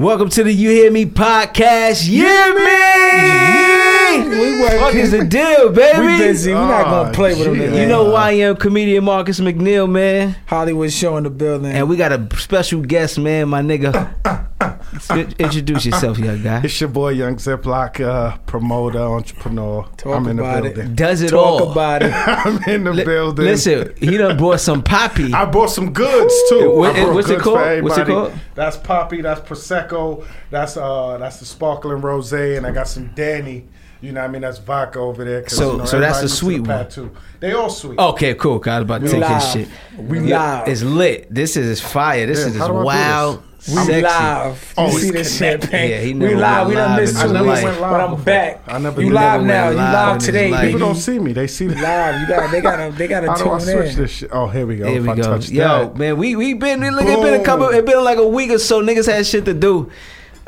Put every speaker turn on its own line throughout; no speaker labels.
Welcome to the You Hear Me podcast. You hear me?
We
What is
working.
the deal, baby?
We busy. We're not
Ah,
gonna play with them.
shit.
today.
You know who I am, comedian Marcus McNeil, man.
Hollywood show in the building.
And we got a special guest, man, my nigga. In- Introduce yourself, young guy.
It's your boy Young Ziplock, uh, promoter, entrepreneur.
Talk
I'm in
about
the
it.
building.
Does it
Talk
all.
about it.
I'm in the
Li-
building.
Listen, he done bought some poppy.
I bought some goods
Ooh.
too.
What-
I brought
what's it
goods for
called? What's it
everybody.
called?
That's poppy. That's prosecco. That's uh, that's the sparkling rosé, and I got some Danny. You know, what I mean, that's vodka over there. 'cause,
So-
you know,
so that's
everybody
the
looks to
sweet one. Oh,
Too. They all sweet.
Okay, cool. 'cause I was about to
We
take his
live.
shit.
We
Yeah,
live.
It's lit. This is fire. This
Yeah,
is
how do I do
wild.
we
sexy.
live. You
Always
see this champagne?
Yeah, he
we
never
live.
went
We done
live
missed
in
two
his
weeks,
life.
but I'm back.
I never
you
did.
live
Never
now.
went
You
live in
live
his
today.
life.
baby.
People don't see me. They see the
live. You got. They got. They got to
How do I
tune
switch
in.
this shit? Oh, here we go.
There
if
we
I
go.
touch
Yo,
that.
man, we we been look, it been a couple.
Boom.
It been like a week or so. Niggas had shit to do,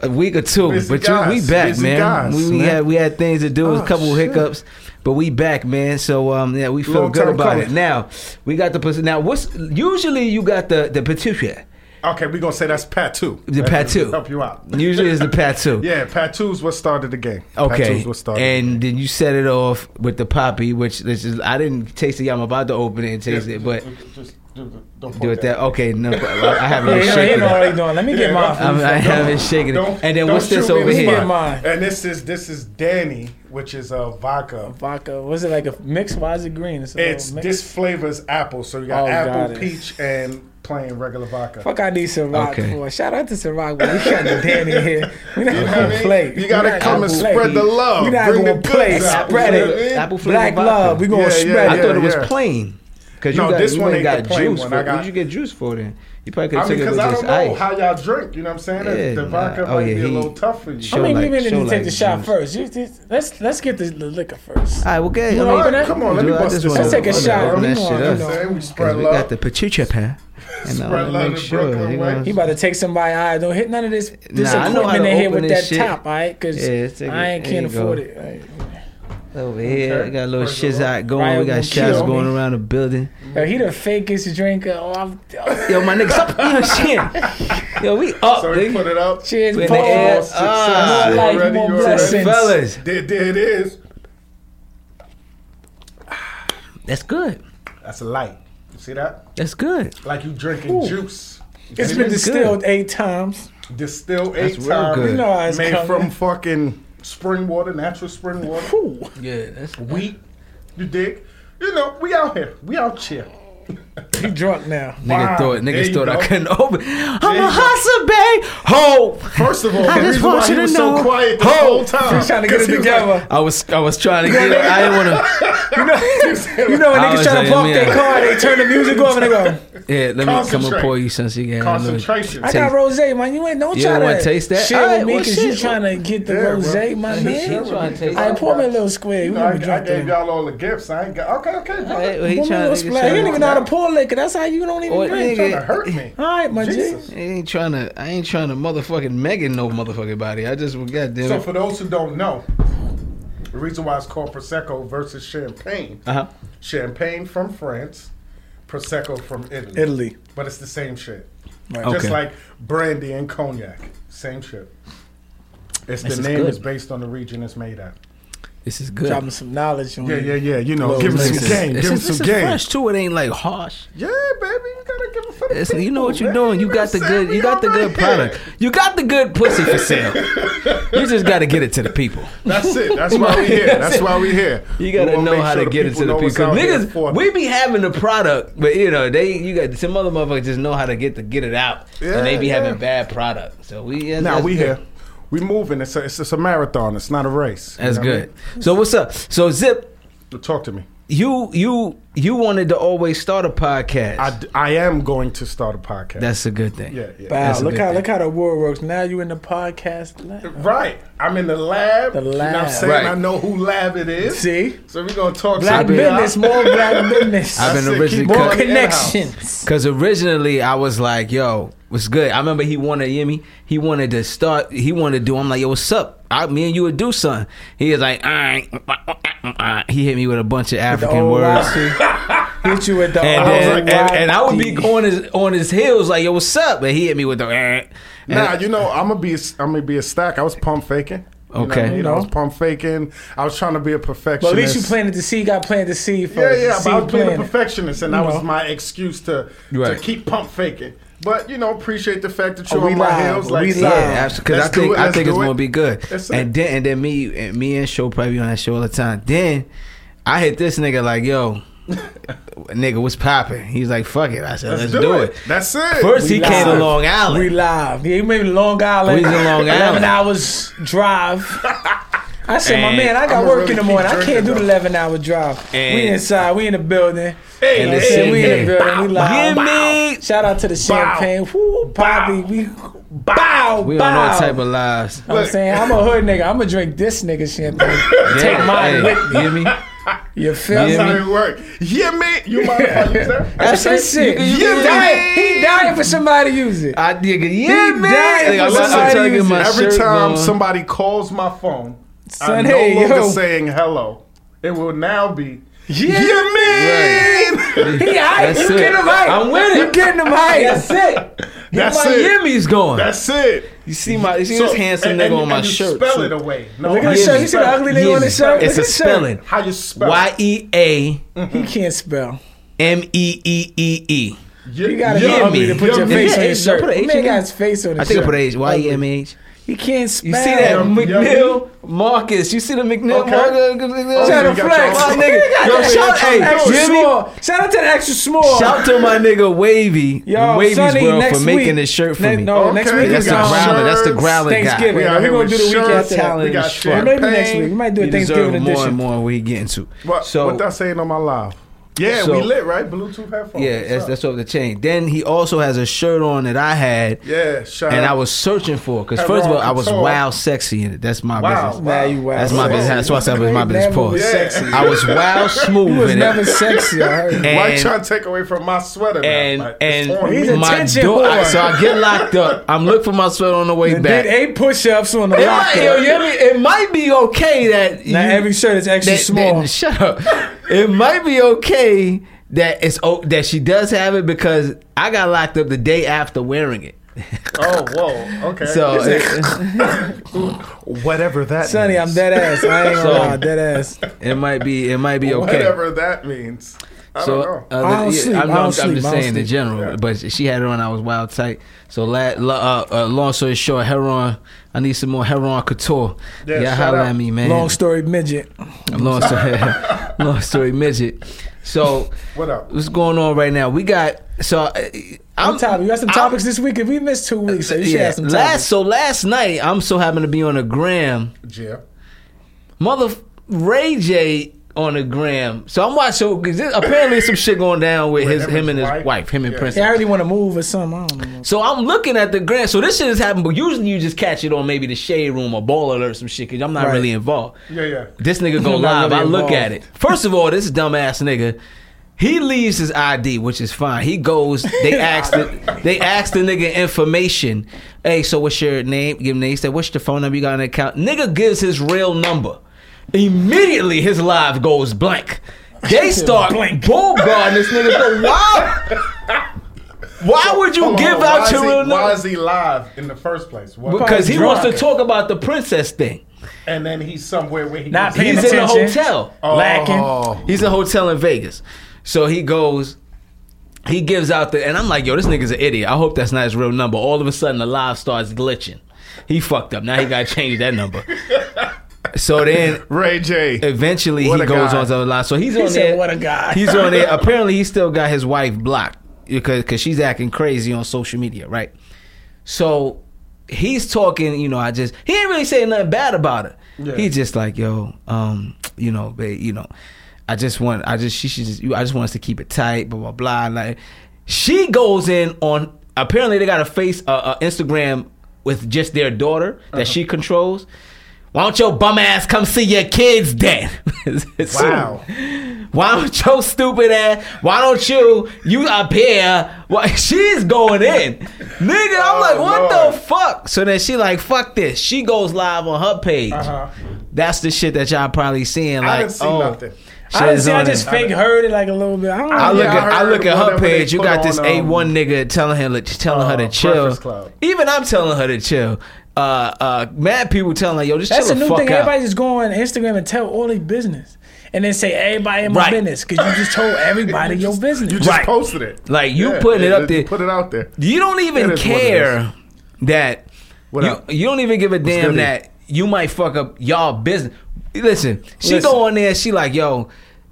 a week or two.
Busy
but you, we
guys,
back,
busy
man.
guys,
we we
man.
had we had things to do,
Oh,
a couple
shit.
hiccups, but we back, man. So um, yeah, we feel
Long
good
time
about it.
coming.
Now we got the pos- now. What's usually you got the the petition.
Okay, we gonna say that's Patu.
The Patu.
Help you out.
Usually is the patu.
Yeah, Patu's what started the game.
Okay,
Patu's what started.
and then you set it off with the poppy, which this is I didn't taste it. yet. I'm about to open it and taste it, but
just, just do, the- don't
do
fuck
it that. Okay, no, I, I haven't
Yeah,
even
he know- he
shaken
know
it.
what he doing. Let me get
Yeah,
mine.
I'm, I
first.
haven't shaken it.
Don't-
And then
don't
what's this
shoot me
over
with
here?
mine. Mine.
And this is this is Danny, which is a vodka.
Vodka. Was it like a mix? Why is it green? It's, a little
It's
mix.
this flavor's apple, so you got
Oh,
apple,
got it.
peach, and plain regular vodka.
Fuck, I need Ciroc
Okay.
for. Shout out to Ciroc, but we got Danny here. We not
You know what I
gonna
mean?
play.
You gotta
We not
come
gonna
and
play.
spread the love.
We not
Bring the
gonna play.
goods out.
Spread
You know what I
it.
mean?
Apple flavored
Black
vodka.
love. We gonna
Yeah, yeah,
spread
I
it.
thought it was
yeah.
plain. Cause you
No,
got,
this
you
one
ain't
ain't
got
the plain
juice
one.
for.
I
it. What
got-
did you get juice for then? You probably could
I
have
mean,
took it
because
with
I
just
don't know
ice.
how y'all drink. You know what I'm saying? The-
Yeah,
the vodka
nah. Oh,
might
yeah,
be a
he-
little tough for you.
Sure.
I mean,
like-
we didn't
show
even
like
take the shot
juice.
first. You, you- let's let's get the, the liquor first.
All right, well, good.
You
I mean,
open it?
Come on, let
Dude,
me
I
bust
just
this.
wanna-
Let's take a
open
shot.
up.
Come
You
on,
know
you
what I'm
know.
saying? We
Cause
spread
we got
love.
the pachucha pan. And I
Spread
want to
love
make
in
sure.
Brooklyn,
they
right?
gonna-
He about to take somebody. I don't hit none of this this
Nah, I know how
equipment
to
in here
open
with that
this shit.
top, all right? Cause
Yeah, let's take
I
it.
ain't
There you
can't
go.
afford it. Right?
Over here,
Okay.
I got a little
Praise the
shizot going.
Ryan
we got
gonna
shots
kill
going
me.
around the building.
Yo, he the fakest drinker. Oh, I'm, oh,
Yo, my nigga, stop eating shit. Yo, we up,
So we
nigga.
put it up.
cheers,
We in the air.
Paul.
Ah,
More life,
already,
more
you already.
blessings.
Fellas,
There, there it is.
that's good.
That's a light. You see that?
That's good.
Like you drinking
Ooh.
juice. You
It's
see
been
that?
distilled eight times.
distilled
That's
eight
real
times.
good. You
know how it's
made
coming.
from fucking spring water, natural spring water.
Whew.
Yeah, that's
Wheat. You dig? You know, we out here. We out here.
He drunk now.
Niggas
Wow,
thought,
there
niggas
you
thought I
go.
couldn't open. I'm
you
a
go.
hustler, babe. Ho!
First of all,
I just
the reason
want you
why he
to
was
know.
so quiet the
Ho.
whole time.
He's trying to get
'cause
it
he was
together.
I was, I was trying to get it. I didn't want to.
You know when
I
niggas
was
try
like,
to park
yeah.
their car, they turn the music off and they go,
Yeah, let me come and
Concentrate.
pour you some. You got a little-
Concentration.
I
Taste-
got rose, man. You ain't don't
You
try
don't
to
wanna taste that?
shit
All right,
with me
well,
because
shit.
you trying to get the
Yeah,
rose,
bro.
my
He
man.
trying to taste
I
it.
pour me a little square. You
You know,
gonna be
I, I
drunk
gave
then.
y'all all the gifts. I ain't got. Okay, okay.
All
brother.
right, well, he
Woman
trying
was
to.
flat. You don't even know how to
out.
pour liquor. That's how you don't even
Oh,
drink.
Trying to hurt me.
All right, my
Jesus.
G.
I ain't trying to. I ain't trying to motherfucking Megan no motherfucking body. I just goddamn.
So
it.
for those who don't know, the reason why it's called prosecco versus champagne.
uh huh.
Champagne from France, prosecco from Italy.
Italy.
But it's the same shit.
Right.
Okay.
Just like brandy and cognac, same shit. It's the
This is
name
good.
is based on the region it's made at.
This is good.
Drop me some knowledge on
Yeah,
it.
yeah, yeah. You know,
Little
give him
This
some
This is-
is-
game.
this
Give him
is- this
some
is
game.
fresh too. It ain't like harsh.
Yeah, baby, you gotta give it for the
It's,
people,
you know what you're
man.
doing. You
know
got
what
the
I'm saying?
good. You
We
got the
already
good product.
here.
You got the good pussy for sale. You just got to get it to the people.
That's it. That's why we here. That's why we here.
You gotta
We wanna
know
make
how
sure
to get it to the
know
people.
what's out there for
Niggas,
them.
we be having the product, but you know they, you got some other motherfuckers just know how to get to get it out,
Yeah,
and they be
yeah.
having bad product. So we that's-
Now
that's
we
good.
here. We moving. It's a, it's, it's a marathon. It's not a race. You
That's
know what I
good. So what's up? So Zip,
mean? Talk to me.
you you you wanted to always start a podcast.
I, d- I am going to start a podcast.
that's a good thing.
yeah, yeah.
Wow,
That's a
look
good
how
thing.
look how the world works. Now you in the podcast. land.
Right. I'm in the lab.
The
You know what I'm
lab.
saying?
Right.
I know who lab it is.
See,
So we're going to talk
black
some shit.
business, more black business,
I've been
That's it.
originally
Keep
cut-
more
going in-house.
connections.
Cause originally I was like, yo, what's good? I remember he wanted Yemi. He wanted to start. He wanted to do. I'm like, yo, what's up? I, me and you would do something. He is like, all right. He hit me with a bunch of
The
African
old
words.
YC. Hit you with the
And,
old
then, and, and I would
YD.
be on his on his heels like, yo, what's up? And he hit me with the. eh.
Nah, you know, I'm gonna be I'm gonna be a stack. I was pump faking. You know what
Okay.
I, mean? I was
No.
pump faking. I I was trying to be a perfectionist.
But at least you planted the seed. Got planted the seed
Yeah,
first.
yeah,
The
but I
seed
was being a
planted.
perfectionist, and
You
that was
know.
my excuse to
Right.
to keep pump faking. But you know, appreciate the fact that you're
Oh, we
on my
live.
heels. Like,
We
son,
live.
Yeah, because I
let's do
think
it,
I
let's
think
do
it's
it.
gonna be good.
That's it.
And then and then me and me and Show probably be on that show all the time. Then I hit this nigga like, yo, nigga, what's popping? He's like, fuck it. I said, let's, do, it.
That's it.
First he
We
came to
live.
Long Island.
We live. Yeah, you made me Long Island.
We was in Long Island.
Eleven hours drive. I said, my
And
man, I got
I'ma
work
really
in the
keep
morning. I
drinking,
can't do the
though.
eleven hour drive.
And-
we inside. We in the building.
Hey,
And
I
the
hey,
said,
same
we in
day.
the building. We live.
Give me.
Shout out to the champagne. Woo, Bobby. We bow.
We on
bow.
all type of lives.
You know what I'm saying I'm a hood nigga. I'm gonna drink this nigga champagne.
Yeah,
Take mine
hey,
with
You hear me?
You feel
Yeah,
That's
me?
how it work. Yeah, me. You mind if I use that?
That's
That's his
it.
shit.
You can-
He
you
died.
can-
He died for somebody to use it.
I nigga, yeah,
He
man. Nigga,
died for
I'm about to
somebody
try to get
using-
my
Every
shirt
time
on.
somebody calls my phone,
Son,
I'm no
hey,
longer
yo.
saying hello. It will now be.
Yeah.
Yeah, man.
He hype.
That's
You
it.
getting him hype.
I'm with
You
it.
getting him hype. That's it.
That's
my
it.
Yimmy's going.
That's it.
you see my, you see this handsome
and-
nigga
and-
on my
and you
shirt.
Spell
so-
it away. No,
Look at
how
his
you
shirt. You see the
spell it.
ugly nigga on
Yizzy.
his
It's
shirt? Look
a
at his shirt.
spelling.
How you spell?
Y e a
He can't spell.
m e e e e.
You gotta
Yeah,
be ugly
me.
to put your
Yeah,
face on
yeah,
his
yeah,
shirt.
put an H
Man
in
got
it.
his face on his
I think
shirt.
I put a H. Y e m h.
He can't spell.
You see that
Yum,
McNeil Marcus? You see the McNeil
Okay.
Marcus?
Shout
you
out to
got
Flex.
your-
My nigga, yo,
Shout
shout,
out to
hey,
extra
Jimmy,
small. Shout out to the extra small.
shout to my nigga Wavy,
Yo,
Wavy's
Sonny,
World
next
for making
week-
this shirt for
ne-
me.
no, next
Okay,
week
that's the
is
got
growler. That's the
shirts.
growler guy.
Thanksgiving.
We out
We're
here
gonna
with
do the week
shirts.
after that.
We
We got
got
Or
shit.
maybe next week. We might do a
You deserve
Thanksgiving
more and
edition.
more. We getting to
What,
so
what that saying on my live? Yeah,
So-
we lit, right? Bluetooth headphones.
yeah,
What's
that's,
up?
that's off the chain. Then he also has a shirt on that I had.
yeah. Shout
And
out.
I was searching for because
Had
first of all
wrong
I was
control.
wild sexy in it. That's my
Wow.
business.
Now you wild.
That's my
Wow.
business. That's why I said it was my
You
business.
never was
Pause.
sexy.
Yeah.
I was wild
He
smooth
was
in
never
it.
sexy. I heard.
And-
Why you trying to take away from my sweater? now?
and
Like, it's on me.
and
He's
my
attention
door.
whore.
so I get locked up. I'm looking for my sweater on the way
And
back.
Did eight push-ups on the
It might,
locker.
yo, you hear me? It might be okay that
Now
you-
every shirt is extra
that-
small.
that- shut up. it might be okay that it's oh, that she does have it because I got locked up the day after wearing it.
oh, whoa. Okay.
So it,
whatever that.
Sonny, I'm dead ass. I ain't gonna
So-
lie, dead ass.
it might be it might be okay.
Whatever that means. I
So
don't know.
uh,
I don't
yeah,
sleep.
I'm,
I don't
I'm
sleep.
just
I don't
saying in
sleep.
general,
Yeah.
but she had her on. I was wild tight. So la, la, uh, uh, long story short, Heron. I need some more Heron couture.
Yeah,
Yeah,
shout
holla
out.
at me, man.
Long story midget.
long story, long story midget. So
What up?
what's going on right now? We got so uh,
I'm,
I'm
tired. You got some
I'm-
topics this week. If we missed two weeks, so you should
yeah,
have some
last
topics.
so last night I'm so happened to be on a gram.
Yeah.
Mother Ray J on the gram. So I'm watching. 'cause this- Apparently, some shit going down with, his, him, and his wife, him and
Yeah.
Prince.
They already want to move or something. I don't know.
So I'm looking at the grant. So this shit is happening, but usually you just catch it on maybe the shade room or ball alert or some shit because I'm not
Right.
really involved.
Yeah, yeah.
This nigga go
Not
live.
really
I look
involved.
at it. First of all, this dumbass nigga, he leaves his ID, which is fine. He goes. They asked the, they asked the nigga information. Hey, so what's your name? Give him name. He said, what's your phone number? You got an account? Nigga gives his real number. Immediately, his live goes blank. They start
Blank.
bombarding this nigga. So why? Why would you
Hold on,
give
why
out
is
your
he-
real number?
Why is he live in the first place? What-
Because he
Probably
wants to
drunk.
talk about the princess thing.
and then he's somewhere where he
Not
can-
paying
He's in a
attention.
hotel.
Lacking.
Oh.
He's in a hotel in Vegas. So he goes, he gives out the, and I'm like, yo, this nigga's an idiot. I hope that's not his real number. All of a sudden, the live starts glitching. He fucked up. Now he got to change that number. So then,
Ray J.
eventually,
What
he
a
goes
guy.
on to the live. So he's
He
on
said,
there.
"What a guy."
He's on there. Apparently, he still got his wife blocked because cause she's acting crazy on social media, right? So he's talking, you know, I just he ain't really saying nothing bad about her.
Yeah.
He just like, yo, um, you know, babe, you know, I just want I just she should just you I just want us to keep it tight, blah blah blah. And Like she goes in on apparently they got a face uh, uh, Instagram with just their daughter
Uh-huh.
that she controls. Why don't your bum ass come see your kids then?
Wow.
Why don't your stupid ass? Why don't you? You up here? Why she's going in, nigga? I'm
Oh,
like, what
Lord.
the fuck? So then she like, fuck this. She goes live on her page.
Uh-huh.
That's the shit that y'all probably seeing. Like,
I didn't see
oh,
nothing.
I, didn't see, I
Shazana.
just fake heard it like a little bit. I don't know.
I look
Yeah, I
at I,
heard
look at her
whatever they
page. You
put
got this
on,
A
um,
one nigga telling her telling her
uh,
to chill.
Breakfast Club.
Even I'm telling her to chill. Uh, uh, mad people telling her, yo, just
That's
chill
a
the
new
fuck
thing.
out.
Everybody just go on Instagram and tell all their business, and then say everybody in my
Right.
business because you just told everybody
You
your
just-
business.
You just
Right.
posted it.
Like, you putting it up
you
there.
Put it out there.
You don't even
It is what it
care that
What
you,
up?
you don't even give a damn
goody?
that you might fuck up y'all business. Listen, she
Listen.
go on there, she like, yo,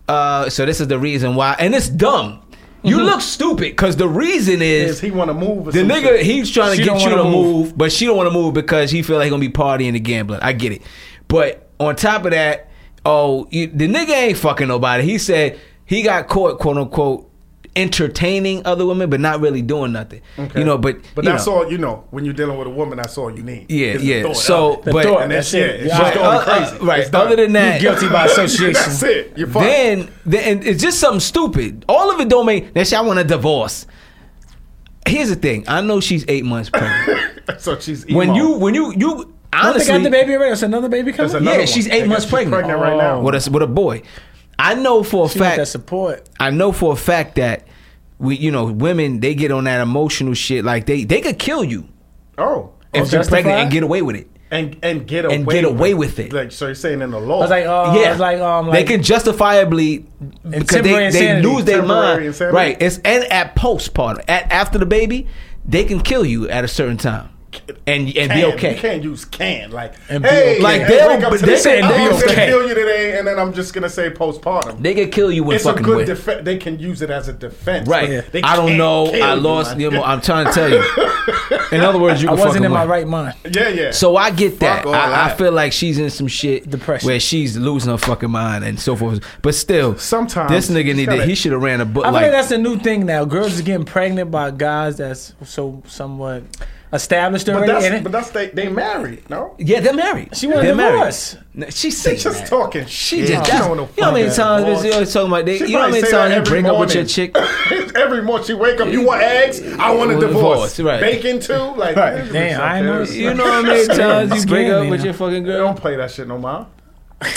uh, so this is the reason why and it's dumb. You
Mm-hmm.
look stupid because the reason
Is
is
he want to move? Or
the
some
nigga
shit?
he's trying to
She
get
don't
you
wanna
to move.
move.
but she don't want to move because he feel like he gonna be partying and gambling. I get it, but on top of that, oh, you, the nigga ain't fucking nobody. He said he got caught, quote unquote, entertaining other women, but not really doing nothing. You know, but
But
you
that's
know.
all you know. When you're dealing with a woman, that's all you need.
Yeah,
Is the
yeah.
thought
So,
of it.
The
but,
thought,
but
and that's
That's it.
it. It's
Yeah.
just going
uh, uh,
crazy.
right.
It's done.
Other than that,
guilty by association.
that's it. You're fine.
then, then it's just something stupid. All of it don't make that shit. I want a divorce. Here's the thing. I know she's eight months pregnant.
so she's emo.
when you, when you, you
I don't think
honestly,
I had the baby already. It's another baby
That's
coming.
another
yeah,
one.
she's
I
eight
guess
months
she's
pregnant,
pregnant right now.
with a with a boy. I know for a
She want
fact
that support.
I know for a fact that we, you know, women they get on that emotional shit. Like they they could kill you
oh,
if you're pregnant
justified?
and get away with it.
and and get away
And get away with it.
Like so, you're saying in the law.
I was like, uh, I
yeah,
was like, um,
they
like
can justifiably because
temporary
they, they
insanity.
lose their
Temporary
mind,
insanity.
right? It's and at postpartum, at after the baby, they can kill you at a certain time and and be
can.
okay.
You can't use can like
And be
hey,
okay.
Like,
hey,
they'll-
wake up
but
today.
they said
I'm
be
just gonna
okay.
kill you today, and then I'm just gonna say postpartum.
They can kill you when
it's a
fucking
good
with.
defense. They can use it as a defense.
Right.
but they
I don't
can't
know.
kill
I
you,
lost.
man.
You know, I'm trying to tell you. In other words, you
I
can
wasn't
fucking
in my
win.
right mind.
Yeah, yeah.
So I get that.
all
I, I
that.
feel like she's in some shit
Depression.
where she's losing her fucking mind and so forth. But still,
Sometimes
this nigga
you
need
gotta-
to. He should have ran a book.
I feel
Like,
like that's a new thing now. Girls are getting pregnant by guys that's so somewhat established
but
already.
that's
and
but
it-
that's they they married. No,
yeah, they're married.
She wanted
they're
a divorce.
Married. No, She's
they just
that.
talking.
She
shit.
just.
She
that's-
don't
you know how many
fucking
times
divorce.
bitch, you always talking about? They,
She
you know how
probably
many
say that
times you
every
break up with your
morning.
chick?
every morning she wake up, you want eggs? I want a
Divorce,
divorce.
right.
Bacon too? Like,
Right. Damn, I ain't
know.
noticed.
You know how many
Scared.
times you
Scared
break up
me
with
now.
your fucking girl?
Don't play that shit no more.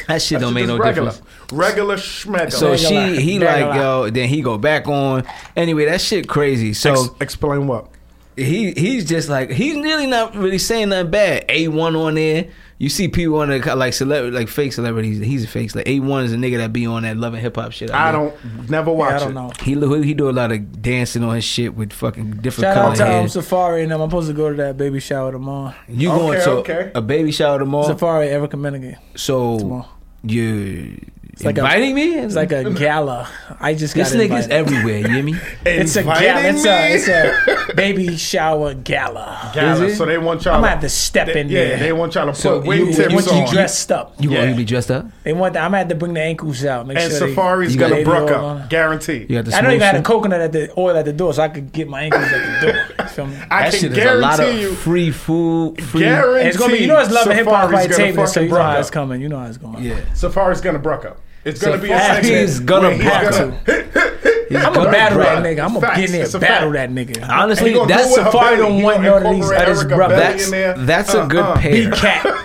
That shit don't make no
regular,
difference.
regular schmegler.
So
Regular.
she, he
Regular.
like yo. Then he go back on. Anyway, that shit crazy. So
Ex- explain what?
he he's just like he's really not really saying nothing bad. A one on there, you see people on the like celebrity, like fake celebrities. He's a fake. Like A one is a nigga that be on that loving hip hop shit.
I
mean.
don't never
Yeah,
watch
I
it.
don't know.
He lo- he do a lot of dancing on his shit with fucking different
Shout out
color
to um,
hair.
Safari and them. I'm supposed to go to that baby shower tomorrow.
You going
Okay,
to
okay.
a baby shower
Oh.
tomorrow?
Safari Erica Menigan.
so
tomorrow.
you
like a-
inviting me?
It's like a gala. I just got
this nigga's
invited.
everywhere. You hear me?
It's a
Inviting
gala. It's
me?
a, it's a baby shower gala.
Gala,
Is it?
So they want y'all.
I'm gonna have to step
they,
in
yeah,
there.
they want y'all to put
So you-
they want
wingtips
you-
you
on.
dressed up.
You want
Yeah.
you to be dressed up?
They want. The, I'm gonna have to bring the ankles out. Make
and
sure they-
Safari's
you
gonna
got-
brook
Baby oil
up,
on.
guarantee.
You got the
I know you
smooth
got a
shit?
coconut at the oil at the door, so I could get my ankles at the door. You feel me?
I
That
can
shit is a lot
guarantee
of
you.
free food. Free,
Guarantee.
And it's gonna be. You know, it's love and hip hop
Safari's
by
gonna
Taven, so
fucking
you know
brook
how it's
up.
coming. You know how it's going.
yeah.
Safari's gonna brook up. It's gonna be a
Safari's
segment.
gonna
where he's
brook
gonna-
I'm gonna
Gun
battle
brother.
that nigga. I'm gonna
Facts.
get in there,
It's a
battle
fact.
that nigga.
Honestly,
He gonna
that's
do it with
Safari
Abelli.
don't
He
want
gonna
none of these.
incorporate
That is
Erica
brother.
Belli
That's
in there.
that's a good
Uh-uh.
pair.
Cat.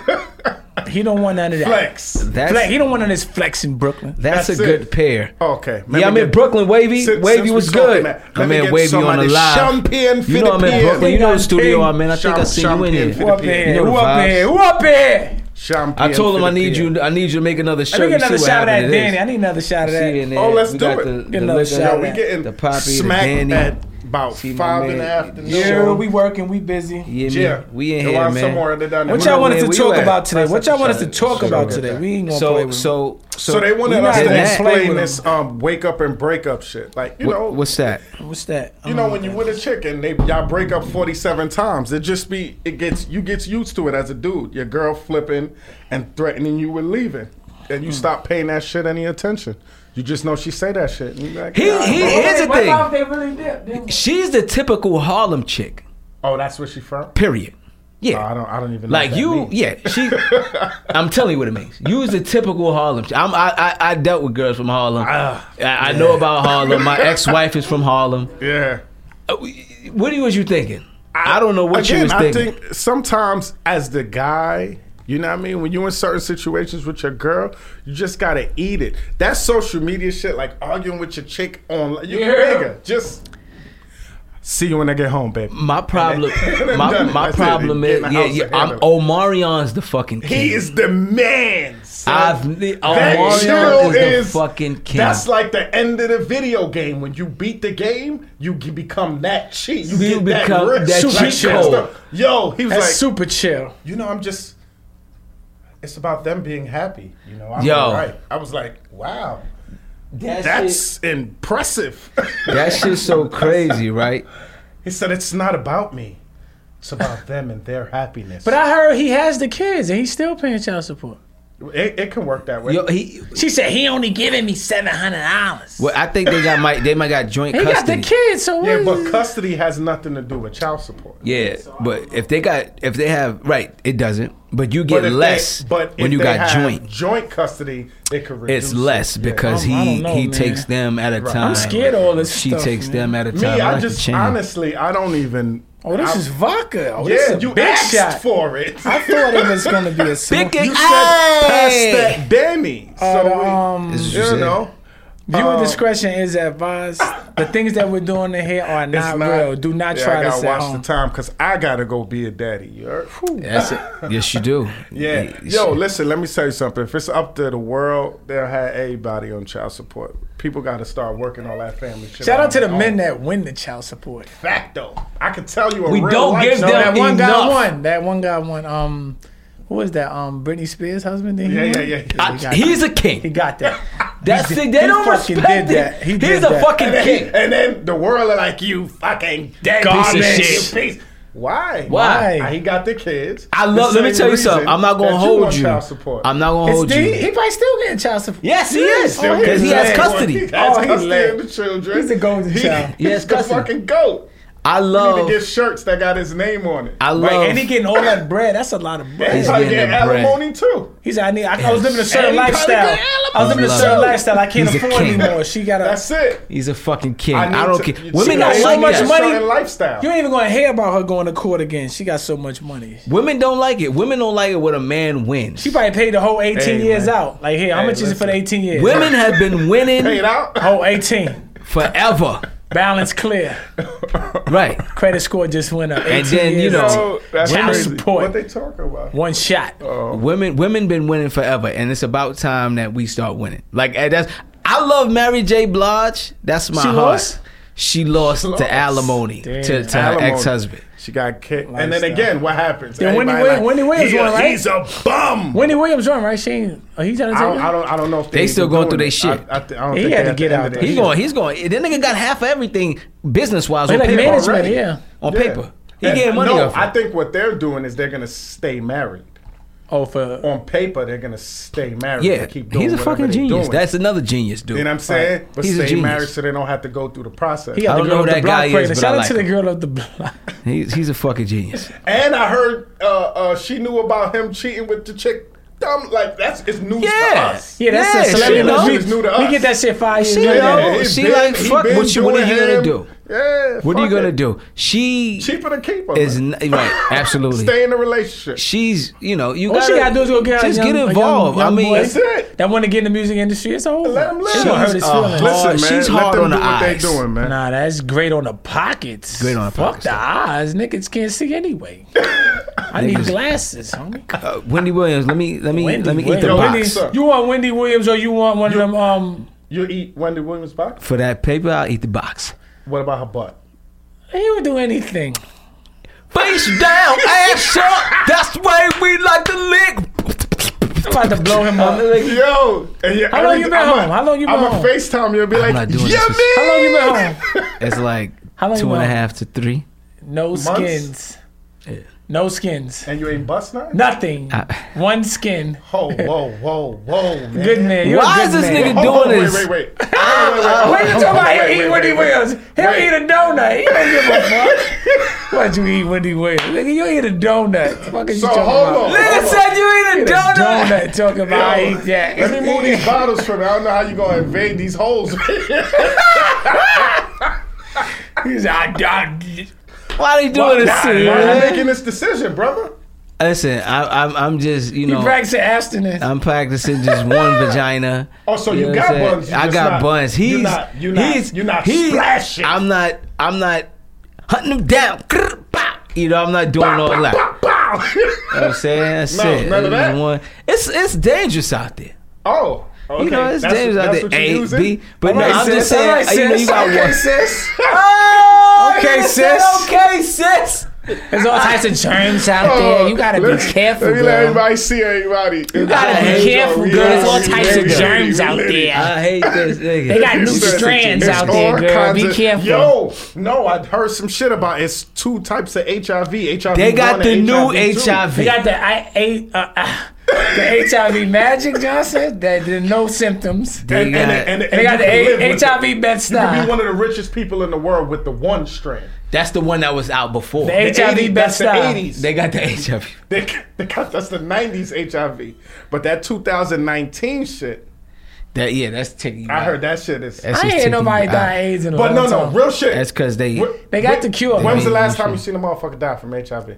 He don't want none of that.
Flex.
That's
Flex. He don't want none of this flex in Brooklyn.
that's,
That's
a good
it.
pair.
Okay.
yeah, I'm in Brooklyn. Wavy,
Since-
Wavy
since
was
we
good.
talking that,
I'm
let me
in
get
Wavy
some
on
of
the
this
live.
champagne for
You know
the
I'm in
pen.
Brooklyn. You know the studio
Champagne.
I'm in. I think I
Champ-
seen you in
champagne
here.
Who
for
up
the
here?
pen.
You know
Who
the
up
vibes.
here? Who up here?
Champagne
I told him
for
I
the
need
pen.
you. I need you to make another
Let
shirt.
me
You
get another
see what
shot of that
happened it is.
Danny. I need another shot of
See it in
that.
there.
Oh, let's
We
do
got
it.
The,
Get
the
another
liquor,
shot
Yo,
of
we
that.
getting
the poppy, the
smacked
Danny.
at about
See my
five in the
man.
afternoon.
Yeah, we working. We busy.
Yeah,
Yeah,
man. we in
Go
here,
out
man.
somewhere and they're down there.
What
We
y'all
know
wanted
where
to
we
talk
at.
about today?
Let's
What y'all
have
wanted to
to shut
talk
it
about
down.
today? We ain't gonna play
So,
with
so, so,
So they wanted
We
us
not
to
gonna play
explain
with
this um, wake up and break up shit. Like you know,
What, what's that?
him. What's that? Um,
you know when you with a chick and they y'all break up forty seven times, it just be it gets you gets used to it as a dude. Your girl flipping and threatening you with leaving, and you
Hmm.
stop paying that shit any attention. You just know she say that shit. And you like,
He,
nah,
he,
bro.
here's the
What about
thing.
if they really dip? Then what?
She's the typical Harlem chick.
oh, that's where she from.
Period. Yeah.
Oh, I don't. I don't even know
Like
what that
you,
means.
yeah. She, I'm telling you what it means. You is a typical Harlem. ch- I'm, I, I, I dealt with girls from Harlem.
Ah,
I, I know about Harlem. My ex-wife is from Harlem.
Yeah.
Uh, What was you thinking? I, don't know what
Again,
you was
I
thinking.
think sometimes as the guy, You know what I mean? When you're in certain situations with your girl, you just gotta eat it. That social media shit, like arguing with your chick on, you
Yeah.
nigga, just see you when I get home, babe.
My problem,
then
my,
done it.
my
That's it.
problem
Get
is,
in the
yeah,
house
yeah,
and
I'm
handle
Omarion's the fucking king.
He is the man. son.
I've
That
Omarion
channel
is, the fucking king.
That's like the end of the video game. When you beat the game, you g- become that cheat. You,
You
get
become
that rich.
that
Like,
cheat
that's
code.
the- Yo, he was
That's
like,
super chill.
you know, I'm just. It's about them being happy. You know, I'm
Yo.
all right. I was like, wow, that's impressive.
that shit's so crazy, right?
he said, it's not about me. It's about them and their happiness.
But I heard he has the kids and he's still paying child support.
it, it can work that way.
Yo, he.
She said he only giving me seven hundred dollars.
Well, I think they got might they might got joint
He got
custody.
the kids, so what
yeah,
is
but
it?
custody has nothing to do with child support.
Yeah, but if they got if they have right, it doesn't. But you get
if they-
less
but
when
if
you
they
got
have
joint.
joint custody, they could reduce
It's
it.
less
Yeah.
because
Um, I
he
don't know,
he
man.
takes them at a time.
scared of all this
She
stuff,
takes
man.
them at a time.
me.
I
I
like to
just
change.
honestly, I don't even.
Oh, this
I-
is vodka. Oh, this
yeah.
is a
You
big
asked
shot.
for it.
I thought it was gonna be a small-
Big-
you said
Hey!
pass that Danny. So
Uh, the,
we-
um,
This is-
you
You said-
know,
viewer
uh,
discretion is advised. The things that we're doing in here are
it's
not, real. Do not
yeah,
try
I
this
gotta
at
watch
home.
the time because I gotta go be a daddy. You heard? Whew.
That's it. Yes, you do.
Yeah.
You-
Yo, listen, let me tell you something. If it's up to the world, they'll have everybody on child support. People got to start working on that family shit.
Shout
on
out to the
their own.
men that win the child support.
Fact though, I can tell you a
We
real
don't
life
give
story.
them
That one guy
Enough.
won. That one guy won. Um, who was that? Um, Britney Spears' husband. Did he
Yeah,
win?
yeah, yeah.
I-
He got
he's
that.
a king.
He got that.
That's
He
the,
did-
they
he
don't
fucking
respect
did
it.
that. He
He's
did
a
that.
fucking
and
king.
then, and then the world are like, you fucking dead
Garbage.
piece of shit. Why?
Why?
He got the kids.
I
The
love. Let me
same
tell you
reason
something. I'm not gonna
that
hold
want
you.
child support.
I'm not gonna
It's
hold
the-
you.
he probably still getting child support.
Yes, he is
Oh,
because he
he's
has
led.
custody.
He has
Oh, he
custody
led.
of the children.
He's a golden child.
He has
he's the
custody.
fucking goat.
I
He need
love.
to get shirts that got his name on it.
I love.
Right, and he getting all that bread. That's a lot of bread.
He's
He's probably
getting
get
the bread.
alimony too.
He said, I need. I, I was living a
And
certain
he probably
lifestyle.
got
I was living a
alimony.
certain lifestyle. I can't
He's a
afford
king.
anymore. She got a.
That's it.
He's a fucking king.
need
I, don't
to-
care.
you
Women
see,
got
I
so
like
much
that.
Certain
money.
lifestyle.
You ain't even gonna hear about her going to court again. She got so much money.
Women don't like it. Women don't like it when a man wins.
She probably paid the whole 18
Hey,
years
man.
out. Like, here, how
Hey,
much is it for the
listen.
18 years?
Women have been
Pay it
winning
out.
Whole 18.
forever.
Balance clear.
Right.
Credit score just went up. 18
And then, you
years
know-
old.
Yo, that's
Child
crazy.
support.
What they talking about?
one shot.
Uh, Oh.
Women women been winning forever and it's about time that we start winning. Like eh, that's I love Mary J. Blige. That's my
She
heart.
lost?
She lost
She lost.
to alimony to,
Damn.
to her
Alimony.
ex husband.
She got kicked. And then
Lifestyle.
again, what happens?
Then Wendy
Everybody
Wi- Wendy Williams
"He a-
won, right?"
He's a bum.
Wendy Williams won, right? She ain't. Are he trying to
I don't,
take
I
it?
don't, I don't know if they,
They still
even
going through
doing
they
it.
shit.
I, I, th- I don't
He
think
had
they
to get
at the end
out
of
there.
the
He's
year.
going he's going that nigga got half of everything business wise
He
on
like
paper.
management,
already.
yeah.
On
Yeah.
paper. He
And-
getting money
No,
off.
I
it.
think what they're doing is they're gonna stay married.
Oh, for.
On paper, they're gonna stay married.
Yeah.
and keep doing
He's a
whatever
fucking
they
genius.
doing.
That's another genius, dude.
you know what I'm saying. But
He's a
stay
genius.
married so they don't have to go through the process.
He got
I
the
don't
girl
know
with
who
the
that
block
guy is,
pregnant.
but
Shout
I
out
like
to the
him.
girl of the block.
He's he's a fucking genius.
And I heard uh, uh, she knew about him cheating with the chick. Dumb, like that's it's news to
Yeah.
us.
Yeah, that's
Yeah,
a celebrity.
she
love.
knows.
We,
It's new to
we
us.
get that shit five years
She knows.
later.
Oh,
he
she
been-
like,
he
fuck,
been
what you- what
doing
are you gonna
him.
do?
Yeah.
What are you
fuck
gonna
it.
do? She
Cheaper to keep him.
is n- right, absolutely.
Stay in a relationship.
She's, you know, you
All
gotta,
she gotta do is go get her
just
young-
get
a young-
involved.
young
I mean,
boy.
That's it.
That want to get in the music industry. It's over.
Let him live.
She gonna hurt his
She's a
feelings.
hard-
Listen, man.
she's
let
hard
them
on
do
the
what
eyes.
they doing, man.
Nah, that's great on the pockets.
Great on the
Fuck
pockets,
the
though.
eyes. Niggas can't see anyway. I need
Niggas-
glasses, homie.
uh, Wendy Williams. Let me let me
Wendy
let me eat
Williams.
the
Yo,
box
Wendy-
Sir.
you want Wendy Williams or you want one
You-
of them? Um,
You eat Wendy Williams' box?
for that paper. I'll eat the box.
What about her butt?
he would do anything.
Face down, ass up. That's the way we like to lick.
I'm about to blow him up.
Yo, and yeah,
How long you been
I'ma-
home? How long you been
I'ma
home?
FaceTime you and be like,
not doing
yeah,
this.
man.
How long you been home?
It's like
How long you
two and a
know?
half to three.
No
Months?
skins. No skins.
And you ain't bust nothing?
Nothing.
I-
One skin.
Whoa, whoa, whoa, whoa, man.
Good man. You're a
Why
good
is this
man.
nigga
Hold on,
doing
wait,
this?
wait, wait, Ah, wait. Wait, wait,
What
wait,
you
wait,
talking about?
wait,
He'll
wait,
eat Wendy
wait,
Williams. He'll
Wait.
eat a donut. He don't give a fuck. Why'd you eat Wendy Williams? Nigga, you eat a donut. Fuck is
So,
you talking
hold
about?
on.
Nigga
Hold
said you eat a
Eat a
donut.
donut. Talking about I
Yo,
eat that.
Let me move these bottles from me. I don't know how you gonna invade these holes.
He's I, I,
Why are they doing this? to
Why
me,
are you
man?
making this decision, brother?
Listen, I, I'm I'm just you
You
know
practicing
Uh,
abstinence.
I'm practicing just one vagina.
Oh, so you
know
got
what I'm saying?
buns, you
I
just
got
not-
buns.
you're
He's
not- you're not-
he's
you're not
he-
splashing.
I'm not. I'm not hunting him down. Grr, pow. You know, I'm not doing all that.
Bow, bow.
You know what I'm saying that's
No,
it.
none
It's
of that?
one- It's it's dangerous out there.
oh, okay.
You know, it's
that's,
dangerous
that's
out
what you
there. A,
using?
B, but
All right,
no, I'm
sis.
just saying.
All right,
you know, you
sis.
got
Okay,
one.
sis.
Oh,
Okay,
nigga said,
sis.
Okay, sis.
There's all types of germs out there. You gotta
Oh. Let-
be careful,
Let me let
girl.
everybody see everybody. You
gotta
be
careful, girl. There's all types of germs out there.
I hate this nigga.
They got new strands out there, girl. Be careful.
Yo, no, I heard some shit about it's two types of HIV. HIV.
They got
one
the
and
new
two.
HIV.
We got the I ate uh, uh, the HIV magic Johnson that did no symptoms.
They
And, and,
got-
and, and,
They
you
got the
can live
A-
with it.
HIV bed
You could be
style.
one of the richest people in the world with the one strand.
That's the one that was out before.
The HIV best
80s, that's
style.
the 80s.
They got the HIV.
They, they got, that's the 90s HIV. But that 2019 shit,
That yeah, that's taking.
I heard that shit is.
That's
I
just
ain't
taking
nobody
you out.
die of AIDS in a
But
long
no, no,
time.
real shit.
That's because they
Wh-
They got the cure.
When was the
They
last
made
time you
you-
seen a motherfucker die from HIV?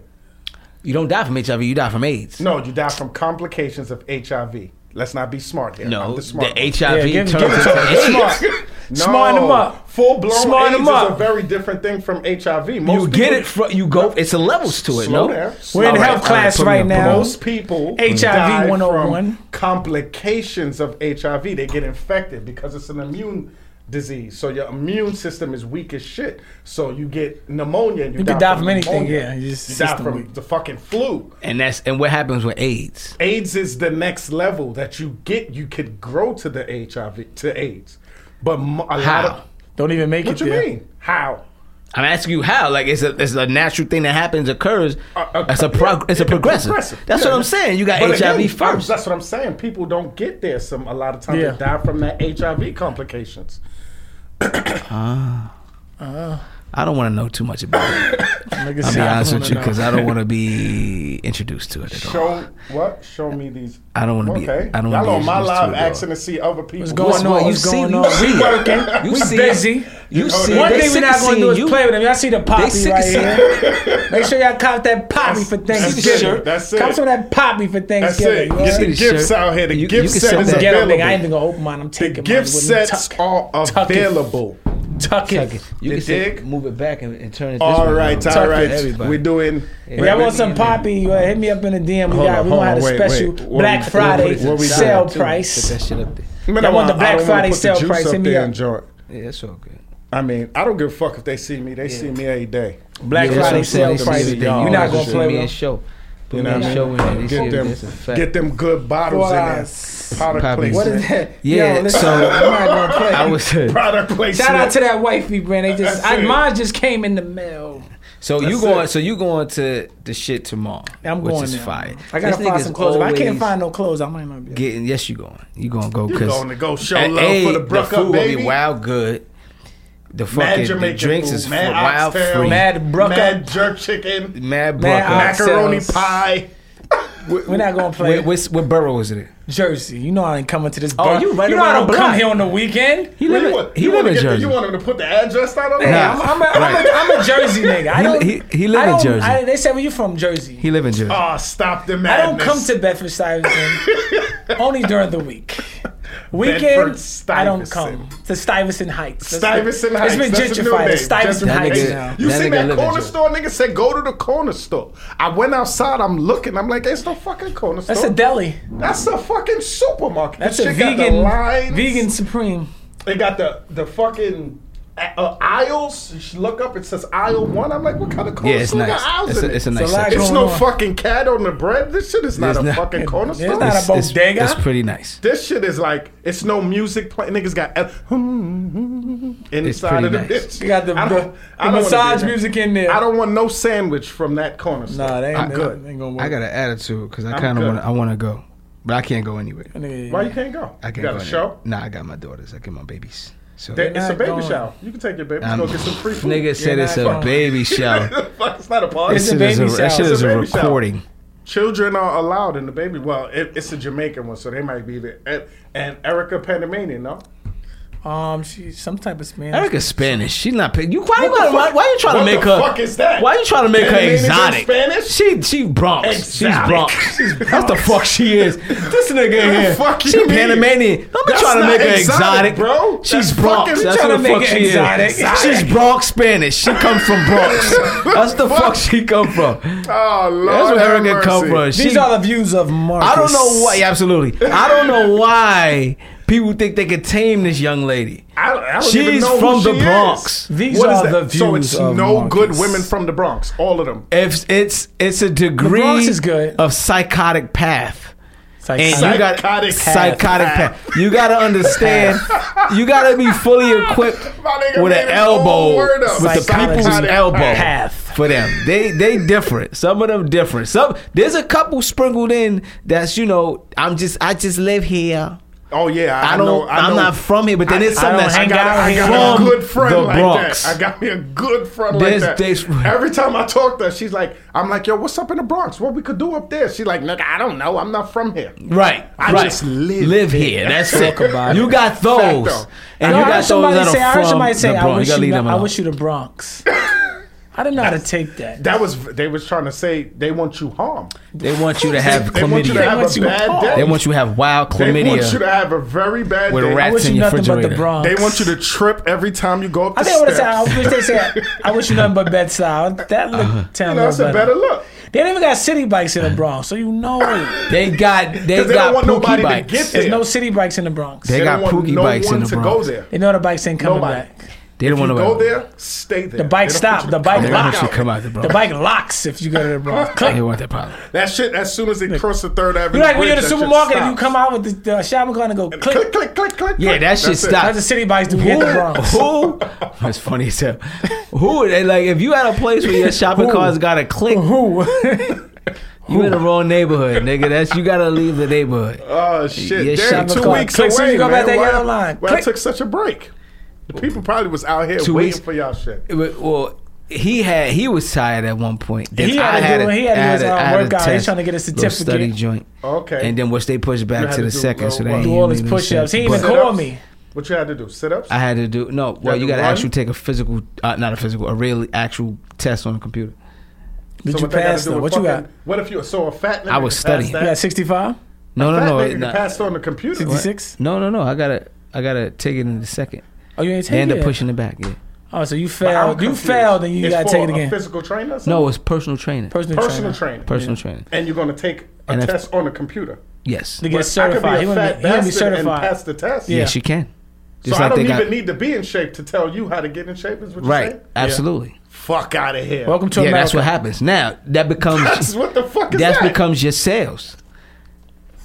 you don't die from HIV, you die from AIDS.
No, you die from complications of HIV. Let's not be smart here. I'm
No,
the
the,
smart. one.
HIV
Yeah, give-
turns
give it to
into
her.
AIDS.
Smart.
Smarten 'em up.
Full blown
Smarten
AIDS
'em
is a
up.
very different thing from HIV. Most
You get
people-
it from you go. It's a levels to it.
Slow
no,
down.
We're in
All
health
all
class
put me
right
on
now.
promote.
Most people
HIV
die
101.
from complications of HIV. They get infected because it's an immune disease. So your immune system is weak as shit. So you get pneumonia. And you
You
die
can die from anything,
pneumonia.
yeah, you just
You die
system
from
weak.
the fucking flu.
And that's and what happens with AIDS.
AIDS is the next level that you get. You could grow to the HIV to AIDS, but mo- a lot
How?
of
Don't even make it
what you
there.
mean? How?
I'm asking you how. Like it's a it's a natural thing that happens occurs.
Uh, uh,
it's a prog-
yeah,
it's a
yeah,
progressive. That's
Yeah.
what I'm saying. You got
But
HIV
again,
first.
That's what I'm saying. People don't get there. Some a lot of times
Yeah.
they die from that HIV complications.
I don't want to know too much about it.
Nigga
I'll
said,
be
I
honest
wanna
with you
know.
because I don't want to be introduced to it at all.
Show what? Show me these.
I don't wanna be-
Okay.
I don't wanna
Y'all
be
on my
introduced to
live
it, though.
asking to see other people.
What's going
What's
on?
what you
What's
see?
going
You
on?
see
We
it.
working.
You
we
see it.
busy. Oh,
You see, it.
One
They
thing we're
sick
not
of
gonna
seeing
do is
you.
play with them. Y'all see the poppy
sick of
right
seeing-
here. Make sure y'all cop that poppy for
That's-
Thanksgiving.
that's it. That's it.
Cop some of that poppy for
That's
Thanksgiving.
it.
you
Get
heard?
the
Shirt.
gifts out here. The
You-
gift
you can
set
sell
is
that.
Get up, nigga. I ain't
available.
even gonna open mine. I'm
The
taking mine
gift
with me.
sets
Tuck-
are
Tuck it.
available.
Tuck
Second,
it.
you,
You
can sit-
dig?
move it back and, and turn it. This
All
way.
right,
Talk
all
to
right.
everybody.
We're doing.
If y'all want some poppy, uh, hit me up in the DM. We
Hold
got
on,
we
hold
gonna have
on,
a
wait,
special
wait. What-
Black
what-
Friday
what we
sale
got,
Too.
price.
Put that shit up there.
Man,
Y'all want
I wanna-
the Black
I don't wanna
Friday
put the
sell
juice
price,
up
hit me
there
up.
and joint.
Yeah, that's all good.
I mean, I don't give a fuck if they see me. They see me every day.
Black
Yeah, that's
Friday
what I'm
sale
saying. They
price.
see
You're
everything. You
not
guys
gonna
should
play
put me in
with.
show. Put
You
me
know
in
what I
show
mean?
in there. They see
Get
them.
them,
That's a fact.
get them good bottles
Boys.
in there. Product
Probably.
placement.
What is that?
Yeah,
Yo, listen,
so-
I'm not gonna play.
I was.
Product placement.
Shout out to that wifey brand. They just I,
That's it.
mine just came in the mail.
So you
That's
going?
it.
So you going to the shit tomorrow?
I'm
which
going
is
there.
fire.
I gotta
This
find
nigga's
some clothes. If I can't
always
find no clothes, I might not be.
Getting yes, you going? You gonna go?
You
cause
going to go show
A-
love
A,
for the Bruck
food
Up
will
baby.
be wild good. The fucking the
Jamaican
drinks
food,
is
mad
wild
oxtail,
free. Mad,
Mad Bruck
Mad
up.
jerk chicken,
mad
Mad
Bruck.
ox-
macaroni
Oxtails.
pie.
We're not gonna play
Wait, what's, what borough is it? in?
Jersey. You know I ain't coming to this.
Oh,
bar.
you right
you know I
around
don't
the
come
block.
here on the weekend.
He
What do
live.
you
in-
want?
He
You
live
wanna
in
get the-
Jersey.
You want him to put the address out on
Hey,
Nah.
there?
I'm, I'm, a, I'm, a, I'm a Jersey nigga. I
He li-
don't,
he- he live
I
in
don't-
Jersey.
I- they said, "Where you from, Jersey?"
He live in Jersey.
Oh, stop the
I
madness.
don't come to Bedford Stuyvesant only during the week. Weekends, I don't come
Bedford-Stuyvesant.
to Stuyvesant Heights. That's
Stuyvesant
the-
Heights.
It's been
That's the new
gentrified.
name.
It's Stuyvesant
That
Heights
nigga-
now.
You
That
seen
nigga live
that
in
corner
Jersey.
store? Nigga said, "Go to the corner store." I went outside. I'm looking. I'm like, "There's no fucking corner store."
That's a deli.
That's a fucking supermarket.
That's
This
a
shit got the
vegan,
lines.
vegan supreme.
They got the the fucking uh, uh, aisles. You should look up. It says aisle one. I'm like, what kind of corner
Yeah, it's
store
nice.
got aisles
It's
in
a,
it?
it's a
It's
nice.
a lot
section.
It's
going
no
on.
fucking cat on the bread. This shit is not
It's
a
not-
fucking corner
it's
store.
not a
It's,
bodega.
it's, it's pretty nice.
This shit is like it's no music playing. Niggas got el- inside
pretty
of the
nice.
bitch.
You got the,
I
the,
don't- I don't wanna be
massage
in there.
music in there.
I don't want no sandwich from that corner store.
Nah, that ain't,
I'm
that
good.
ain't gonna work.
I got an attitude because I
I'm
kind of
good.
want. I want to go, but I can't go anywhere.
Nigga,
Why you can't go?
I can't
you
go
got
anywhere.
a show.
Nah, I got my daughters. I get my babies. So
There- it's a
not
baby
going.
shower. You can take your baby.
I'm-
Go get some free food.
nigga said
You're
it's
not
a
going.
baby shower.
Fuck, it's not a party.
That
It's a
shit is a-
baby
That
shower.
shit
It's
is
a
a
baby shower.
recording.
Children are allowed in the baby. Well, it, it's a Jamaican one, so they might be there. And, and Erica Panamanian, no?
Um, she's some type of Spanish.
Erica's Spanish. She's not. pick- You why?
What the
Why, why,
fuck-
why you trying
what
to make
the
her?
fuck is that?
Why you trying to make her
Panamanian is in
exotic?
Spanish?
She she Bronx.
Exotic.
She's Bronx.
She's
That's the
Bronx.
fuck she is. This nigga in
the
here.
fuck you
she
mean?
Panamanian. Don't be
That's
trying to
not
make her
exotic,
exotic,
bro.
She's
That's
Bronx.
fucking-
That's
trying
who
to
the
make
fuck
it
she
exotic.
is. She's Bronx Spanish. She comes from Bronx. That's the fuck she come from.
Oh Lord,
That's where
have
Erica come
mercy.
from.
These
She-
are the views of Marcus.
I don't know why. yeah, Absolutely, I don't know why people think they could tame this young lady.
I, I don't even
She's
know
from the
who she
Bronx.
Is.
These
What is
are
that?
the
So
views
it's
of
no good
Marcus.
women from the Bronx. All of them.
If it's it's a degree
Bronx is good.
of psychotic path. And
Psychotic.
you got
Psychotic path.
psychotic path. You got to understand. you got to be fully equipped
My nigga
with
made
an
his own
elbow,
word up.
with the
Psychotic
people's
path.
elbow
Path.
for them. They they different. Some of them different. Some there's a couple sprinkled in that's you know I'm just I just live here.
Oh yeah, I,
I
know.
don't.
I know.
I'm not from here, but then there's
I
some
don't
that's
hang
I got,
out
I
here.
got a
from
good friend
the
like
Bronx.
that. I got me a good friend
There's-
like that.
there's-
Every time I talk to her, she's like, I'm like, yo, what's up in the Bronx? What we could do up there? She's like, nigga, I don't know. I'm not from here.
Right.
I
right.
just live
here. That's it.
about
you
it.
got those.
Fact,
and
No,
you
I heard
got those
somebody
that are
say, I heard
from
somebody
the
say, I
Bronx.
wish
You
you,
gotta leave them
the, I
alone.
wish you the Bronx. I didn't know how to take that.
That was they was trying to say they want you harm.
They want you to have
They want you to
chlamydia.
have
want
a
you
bad
harm.
day.
They want you to have wild
They want you
chlamydia
to have a very bad
with
day.
I
rats
wish
in
you
your
nothing but the
refrigerator.
Bronx.
They want you to trip every time you go up the
I think I would
steps.
have said, I wish they said, I wish you nothing but bedside. That look
Uh-huh.
You
sound
know,
a
that's
little
a
better.
better look.
They don't even got city bikes in the Bronx, so you know it.
They got they
Because they
got
don't want
pookie
nobody to
bikes.
get
There's
Yeah.
no city bikes in the Bronx.
They
don't
got
want
pookie
no
bikes in
one
the
to
Bronx.
go there.
They know the bikes ain't coming
Nobody.
back.
They don't
If
want
you
to
go there, stay there.
The bike
They don't
stop.
want you
The
to
bike
come
They
back
don't want
locks.
you to
out.
come out the
The
Bronx.
bike locks if you go to the Bronx.
They
Click.
want that problem.
That shit. As soon as they cross the third avenue,
You like when you're in the
bridge, that shit
supermarket and you
stops.
come out with the, the shopping cart and go click.
click, click, click, click.
Yeah,
click.
that shit
That's it.
stopped.
That's the city bikes do here in the Bronx.
Who? That's funny as hell. Who? are they? Like if you at a place where your shopping cart's got a click,
Who?
you in the wrong neighborhood, nigga. That's you gotta leave the neighborhood.
Oh shit!
Yeah,
Damn,
shot
two
McCall.
weeks
Click, soon
away,
you go
man.
back that
Why-
yellow line.
Why I
Click.
took such a break? The people probably was out here
Two
waiting
weeks.
for y'all shit.
It wa- Well, he had he was tired at one point. Then
He had
I
to do- he had to do
I
his
a-
own
I had a
workout. He's
test,
trying to get a
little
certificate.
Study joint.
Okay.
And then which they pushed
You
back
had
to
to
the
do
second, so
little
they ain't
what?
Do all
really
his
no
push-ups.
sense.
He even
But
called me.
What you had to do? Sit ups.
I had to do no. Well,
had
you
to
got to
run?
actually take a physical, uh, not a physical, a real actual test on the computer.
Did you pass though? What you got?
What if you so a fat? Nigga
I was
can pass
studying.
that?
You got 65?
No, no,
Fat
no,
nigga
it-
can
no,
pass on the computer.
66?
no, no, no. I gotta, I gotta take it in the second.
Oh, you ain't
They
taking
end
it?
up pushing it back. Yeah.
Oh, so you
But I'm
failed. You
confused.
failed and you
It's
got to
for
take it
a
again.
Physical trainer? or something?
No, it's personal training.
Personal,
personal
trainer.
trainer.
personal training.
And you're gonna take a
And if-
test on the computer.
Yes.
To
Yeah,
get
But I could
certified. He
be a
wouldn't be,
fat
he wouldn't be
bastard and
certified.
pass the test.
Yeah.
she can.
So I don't even need to be in shape to tell you how to get in shape. Is what you're
right.
saying?
Absolutely.
Fuck out of here.
Welcome to
Yeah,
America.
that's what happens. Now that becomes
That's what the fuck is
that
that?
becomes your sales.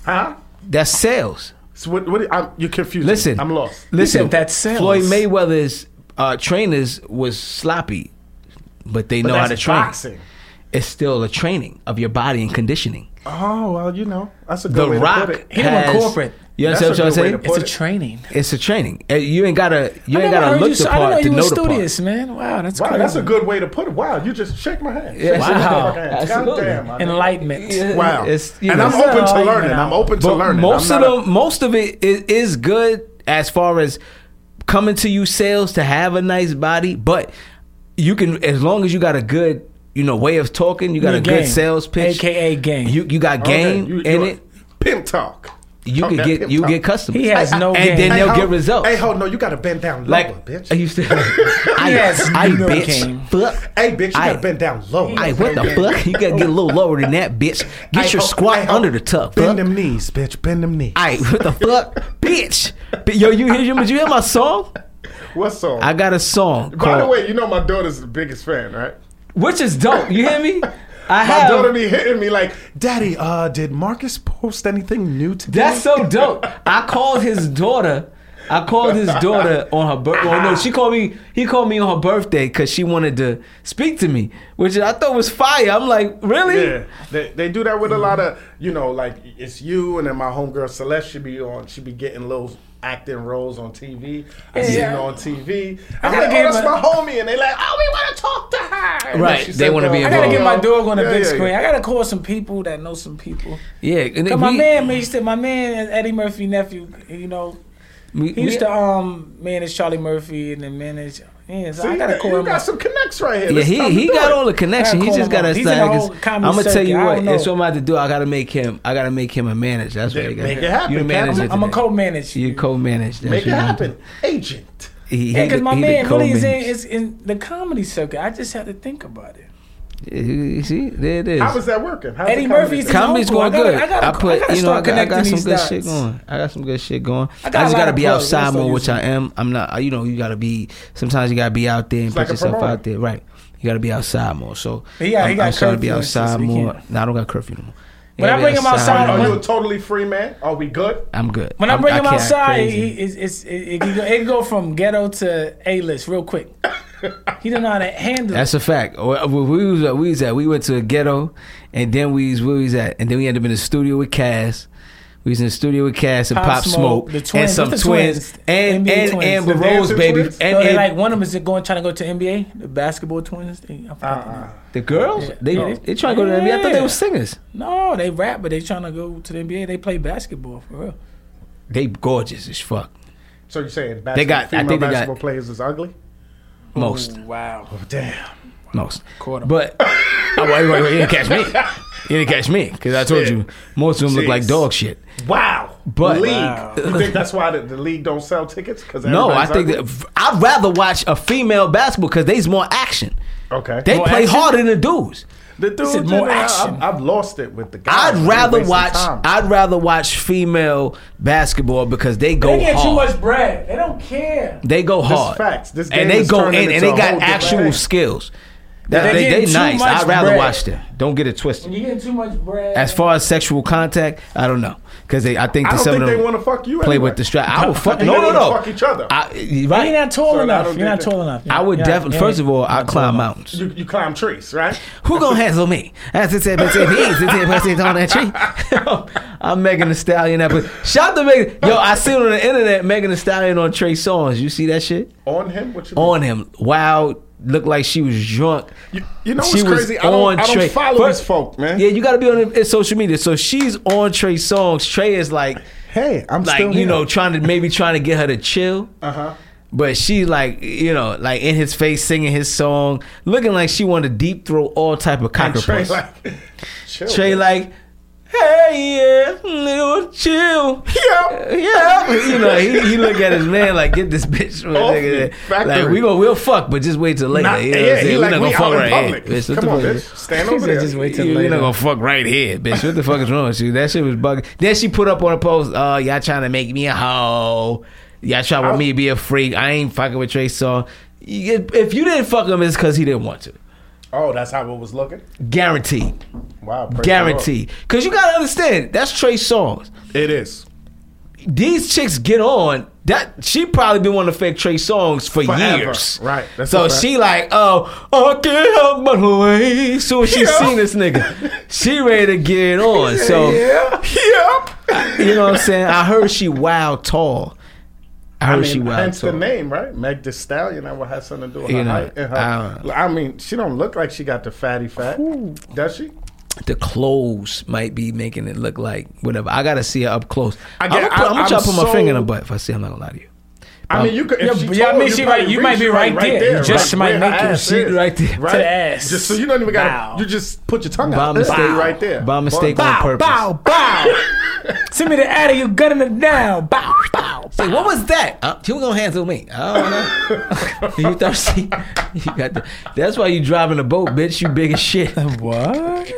huh?
That's sales.
So what? What? I'm, you're confused.
Listen.
I'm lost.
Listen,
said that's sales.
Floyd Mayweather's uh, trainers was sloppy, but they know how to
that's
train.
boxing.
It's still a training of your body and conditioning.
Oh well, you know that's a good
The
way
Rock
to put it.
He don't want
has-
corporate.
You
That's
understand
a
what I'm
good way
saying?
to put
It's a
it.
training.
It's a training. Uh, You ain't gotta. You
I
ain't
never
gotta
heard
look
you.
the
so- I didn't know
part to
you
know
were
the part.
studious, man. Wow, that's
Wow,
crazy.
that's a good way to put it. Wow, you just shake my hand.
Wow.
Shake my motherfucking hand. God
Absolutely.
damn, I-
enlightenment.
Wow.
It's- you
and
know.
I'm open
It's
to
not
learning.
like
I'm
that.
open to
But
learning.
most
I'm
of
not
them, most of it is, is good as far as coming to you sales to have a nice body. But you can, as long as you got a good, you know, way of talking, you got a
Your
good
game,
sales pitch,
AKA game.
You you got
a- okay,
game
you-
in
you-
it.
Pimp talk.
You
Talk
can
that
get
pimp
you
talk.
get customers.
He has no
and then
game.
they'll
Hey,
get
hold-
results.
Hey, hold no, you gotta bend down lower,
like
bitch.
are you still? I,
has
I
no
bitch.
game.
Fuck.
hey, bitch, you
I-
gotta bend down lower.
Hey, what the fuck? You gotta get a little lower than that, bitch. Get
Hey,
your
ho-
squat
hey, ho-
under the tuck.
Bend
fuck.
them knees, bitch. Bend them knees.
Aight, what the fuck, bitch? But yo, you hear you? Did you hear my song?
What's so?
I got a song
By the
called,
way, you know my daughter's the biggest fan, right?
which is dope. You hear me? I
My daughter
have.
be hitting me like, Daddy, uh, did Marcus post anything new today?
That's so dope. I called his daughter. I called his daughter on her birthday. Well, no, she called me. He called me on her birthday because she wanted to speak to me, which I thought was fire. I'm like, really?
Yeah, they, they do that with a lot of you know like it's you and then my homegirl Celeste should be on she be getting little acting roles on TV. I seen her on TV. I'm
gotta
like,
give
oh, that's
her-
my homie, and they like, oh, we want to talk to her. And
Right,
then she
they
sit
wanna
down.
be
I gotta
involved.
get my dog on the
Yeah,
big
yeah,
screen.
yeah.
I gotta call some people that know some people.
Yeah, and
Cause
then
my
we-
man, man, he said my man Eddie Murphy nephew. You know,
We,
He
we-
used to um manage Charlie Murphy and then manage. Yeah, so
See,
I gotta
you
call him.
got
up.
some connects right here.
yeah,
It's
he,
time to
he
do
got
it.
all the connection.
I
He
call
just
him
got to
up. He's in the
start.
whole
I'm
comedy
gonna tell you
circuit. I
what.
don't know.
It's what I'm about to do. I gotta make him. I gotta make him a manager. That's what
Yeah,
I gotta
make
do.
it happen,
You
Pat.
manage
I'm-
it
I'm gonna
today.
co-manage.
You co-manage. That's
Make
what you
it happen.
do.
Agent.
He, he
Yeah, because
the-
my
he the
man really is in,
co-manager.
is in the comedy circuit. I just had to think about it.
Yeah, you See, there it is.
How is that working? How's
Eddie
the comedy
Murphy's-
going?
Comedy's
Uncle,
going
oh I gotta-
good.
I gotta-
I
I
put,
gotta
you know, I
start
got, I got some
connecting these
good
dots.
shit going. I got some good shit going. I,
got a
just
lot
gotta
of
be
plugs.
outside
That's what
more,
you
which
do.
I am. I'm not. You know, you gotta be. Sometimes you gotta be out there and put
like a
yourself
promoter.
out there, right? You gotta be outside more. So
But yeah, he
I'm,
got
I'm starting to be
curfew and shit,
outside
so he
more.
can't-
No, I don't got curfew no more.
When
Yeah,
I bring him outside, oh,
Are
more,
you a totally free man? Are we good?
I'm good.
When I
I'm-
bring him
can't act
outside,
crazy.
he, it's, it's, it, it, can go, it can go from ghetto to A list real quick. He don't know how to handle it.
That's a fact. Where where we was at, we was at, we went to a ghetto, and then we was where we was at, and then we ended up in the studio with Cass. We was in the studio with Cass and
Pop
Pop,
Smoke,
Smoke,
the twins.
and some
What's the
twins,
twins?
and
NBA
and
twins.
Amber
The
Rose,
dancing
baby,
twins?
and,
So they
and-
like one of them is going trying to go to NBA, the basketball twins. They, I forgot the
Uh-uh.
name.
the girls. They
Yeah.
they trying to go to the NBA. I thought they were singers.
No, they rap, but they trying to go to the NBA. They play basketball for real.
They gorgeous as fuck.
So you're saying
They got- I
basketball- female
think they got-
basketball players is ugly?
Most
Ooh, wow.
oh,
Damn.
most.
Caught 'em.
But oh, wait, wait, wait, you didn't catch me. You didn't catch me because I told
Shit.
you most of them look like
Jeez.
dog shit.
Wow.
But-
league.
Wow.
You think that's why the, the league don't sell tickets? Because
No, I think that I'd rather watch a female basketball because they's more action.
okay.
They
More
play
action?
harder than the dudes.
the dude,
said more
you know, I-
action.
I've, I've lost it with the guys.
I'd
They're
rather
wasting
watch.
time.
I'd rather watch female basketball because they go
They get
hard.
too much bread. They don't care.
they go
is
hard.
facts. This game
and they
is
go in
turning
and
into
they
a whole
got
different
actual
thing.
skills. That-
They're
they they
getting too
nice.
much
I'd rather
bread.
watch them. Don't get it twisted.
When you getting too much bread.
As far as sexual contact, I don't know because they. I think that
I don't
some
think
of
they
them
want to fuck you.
play
anyway.
with the strap. I would fuck.
They
No, no,
wanna
no.
Fuck each other.
I, you're
you're
right.
not tall
So I
enough.
don't
You're not
think that-
tall enough.
I would
You're not-
definitely.
you're
First of
not-
all, I climb mountains.
You, you climb trees, right?
Who gonna handle me? That's it, that's it, that's it, that's it, that's it, on that tree. I'm Megan Thee Stallion. That shout to Megan. Yo, I see it on the internet. Megan Thee Stallion on Trey Songz. You see that shit
on him? What you mean?
on him? Wow, looked like she was drunk.
You, you know
She
what's
was
crazy? I don't,
on
I
Trey.
don't follow
First-
this folk, man.
Yeah, you got to be on the- it's social media. So she's on Trey Songz. Trey is like,
Hey, I'm
like
still
you
here.
know, trying to maybe trying to get her to chill.
Uh huh.
But she like you know like in his face singing his song, looking like she wanted to deep throat all type of
And
cockroaches.
Trey like, chill.
Trey
man.
like, hey yeah, little chill,
Yeah.
yeah. You know, he, he look at his man like, get this bitch from a
Off
nigga.
me,
there."
factory.
Like we gonna we'll fuck, but just wait till later.
Not-
you know
yeah,
what I'm
he
saying? we
like,
not
we
gonna fuck
out in
right
public.
here. Bitch, what
Come
the
on,
fuck?
bitch. Stand over there.
just wait till
you, are
later.
not gonna fuck right here, bitch. What the fuck is wrong with you? That shit was bugging. Then she put up on a post, oh, y'all trying to make me a hoe. Y'all trying with me to be a freak. I ain't fucking with Trey Song. If you didn't fuck him, it's because he didn't want to.
Oh, that's how it was looking.
Guaranteed.
Wow. praise the Lord.
Guaranteed. Because you got to understand, that's Trey Songz.
It is.
These chicks get on. That she probably been wanting to fake Trey Songs for
Forever.
years,
Right. That's
so
a fact.
she like, oh, I can't help but way. Soon as she seen this nigga, she ready to get it on. So
Yeah. Yep.
you know what I'm saying. I heard she wild tall. I heard
I
she
mean,
wild
hence the
tall.
name, right? Meg Thee Stallion. That would have something to do with
You
her
know,
height and her.
I
I,
don't know.
mean, she don't look like she got the fatty fat, does she?
The clothes might be making it look like whatever. I gotta see her up close.
I
I
get-
am gonna, put,
I-
I'm gonna try
I'm
to put my
so-
finger in her butt if I see. her, I'm not gonna lie to you.
I mean, you could.
Um, Yeah,
If she
but yeah, I
tall,
mean,
you
she
probably
right- you
reach
might be right there. You just
right
might
where
make
her
it.
ass
She
is.
right there.
Right.
To the ass.
Just so you don't even gotta.
Bow.
You just put your tongue out.
By mistake,
Bow. right there.
By mistake on
Bow,
purpose.
bow, bow. Send me the addy, you gunning it down. Bow, bow,
Say,
bow.
what was that? Uh, she was gonna handle me. I don't know. you thirsty? You got the, that's why you driving a boat, bitch. You big as shit.
What?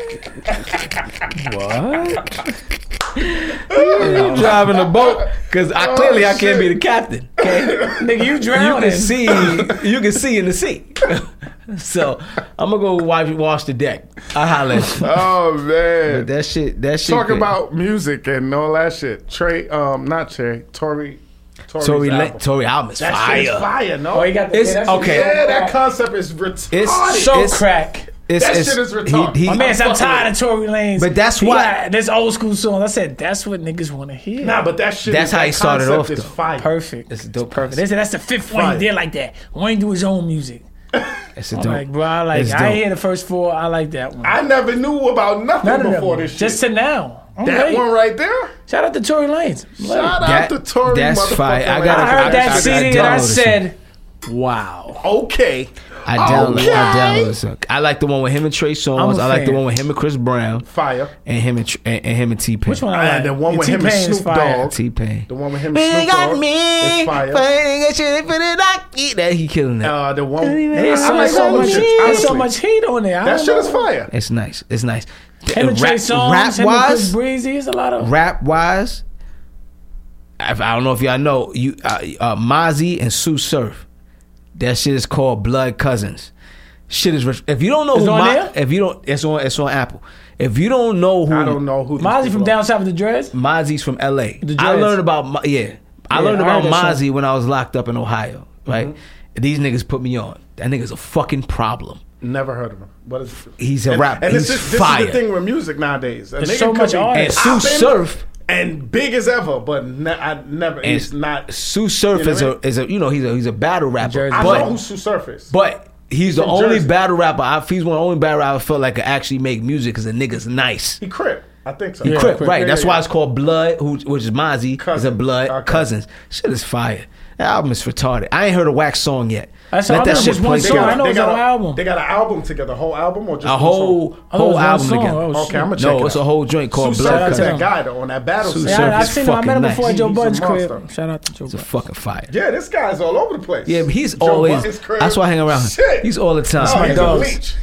What?
you driving a boat because
Oh,
I clearly I can't be the captain. Okay,
Nigga, you
you
drowning.
can see you can see in the sea. so I'm gonna go wash, wash the deck. I holla. at you.
Oh man.
That shit. That shit.
Talk
good.
about music and all that shit. Trey, um, not Trey, Tori, Tori's
Tory.
album.
Le- Tory album is
That shit is
fire.
fire. No,
Oh, he got the,
It's-
yeah, that shit
okay.
is so
yeah, that
crack.
concept is retarded.
It's
so
It's-
crack.
It's-
That
it's-
shit is retarded.
he- he-
My man, said, I'm
fucking
tired
with
of Tory Lanez.
But that's
He
why-
got this old school song. I said that's what niggas want to hear.
nah, but that shit.
That's
is,
how
that
he started
concept
off,
Is
though.
fire.
perfect.
It's a dope
perfect. They said that's the fifth one
Fire.
he did like that. Wayne do his own music.
It's a
I'm
dope.
Like bro, I like
It's
I
dope.
hear the first four. I like that one.
I never knew about nothing
None of them.
before this shit.
Just to now. I'm
That
late.
one right there.
Shout out to Tory Lanez. I'm late.
Shout
That-
out to Tory.
that's
motherfucker
fine. I
Lanez.
gotta-
I heard that
I- I- I
CD and I
downloaded this
said, wow.
Okay.
I download. I
Okay.
downloaded. some. I like the one with him and Trey Songz.
I'm a
I like the
fan.
one with him and Chris Brown
Fire.
and him and Tr- and, and him and T Pain.
Which one?
I had
like?
the one
Yeah,
with him and
T-Pain is
Snoop
fire.
Dogg.
T Pain.
The one with him and Snoop Dogg. It's fire.
That he killing that.
Uh, the one.
There's
I
so,
like all
much,
them shits,
there's so
honestly.
much heat on there. I
That
don't
shit
know.
is fire.
It's nice. It's nice.
Him
Uh,
and Trey Songz,
rap
him and Chris
wise,
Breezy, it's a lot of.
rap wise, I, I don't know if y'all know you uh, uh, Mozzie and Sue Surf. That shit is called Blood Cousins. Shit is rich. if you don't know
It's
who
on
Mo-
there?
if you don't it's on it's on Apple. If you don't know who
I don't know who. these
Mozzie
people
from
are.
down south of the dreads.
Mozzie's from LA.
The
I
dreads.
learned about Mo- yeah. I
Yeah,
learned
I
about
heard that Mm-hmm.
Mozzie when I was locked up in Ohio. Right, these niggas put me on. That nigga's a fucking problem.
Never heard of him. What is?
He's a rap.
And
He's
this, is, this
fire.
is the thing with music nowadays. A
There's
nigga
so
could
much
be
artists.
and Sue
poppin'
Surf
and big as ever, but ne- I never.
and
He's not.
Sue Surf
You know
is
what I mean?
a is a you know he's a he's a battle rapper.
Jersey.
I
But
know who Sue Surface.
But he's the
From
only
Jersey.
battle rapper. I, he's one of the only battle rapper I felt like could actually make music because the nigga's nice.
he crip. I think so.
Yeah,
Crip,
Crip.
right?
Yeah,
That's
yeah,
why
yeah.
it's called Blood, who, which is Mozzie. Is a
Cousins.
Blood
Okay.
Cousins. Shit is fire. That album is retarded. I ain't heard a wax song yet.
That's- I remember it was one
They
song.
got-
I know
they
it's
got
an
a-
album.
They got an album together, whole album or just
a
one
whole
song?
I thought it
whole
was one
album
song.
together.
Oh, shit.
Okay, I'm gonna check.
no,
it
it's
out.
a whole joint called
Sue
Blood
Surface,
Cousins.
that guy though, on that battle.
Sue
scene.
Surface.
Yeah, I, I
is
seen him. I met him
fucking
before
nice.
at Joe
He's a
Bud's crib.
monster.
Shout out to Joe
It's a
Bud.
fucking fire.
Yeah, this guy's all over the place.
Yeah, but he's
Joe
always.
Buck's crib.
That's why I hang around.
Shit.
He's all the time.
Oh,
my
he's
dog.
a leech.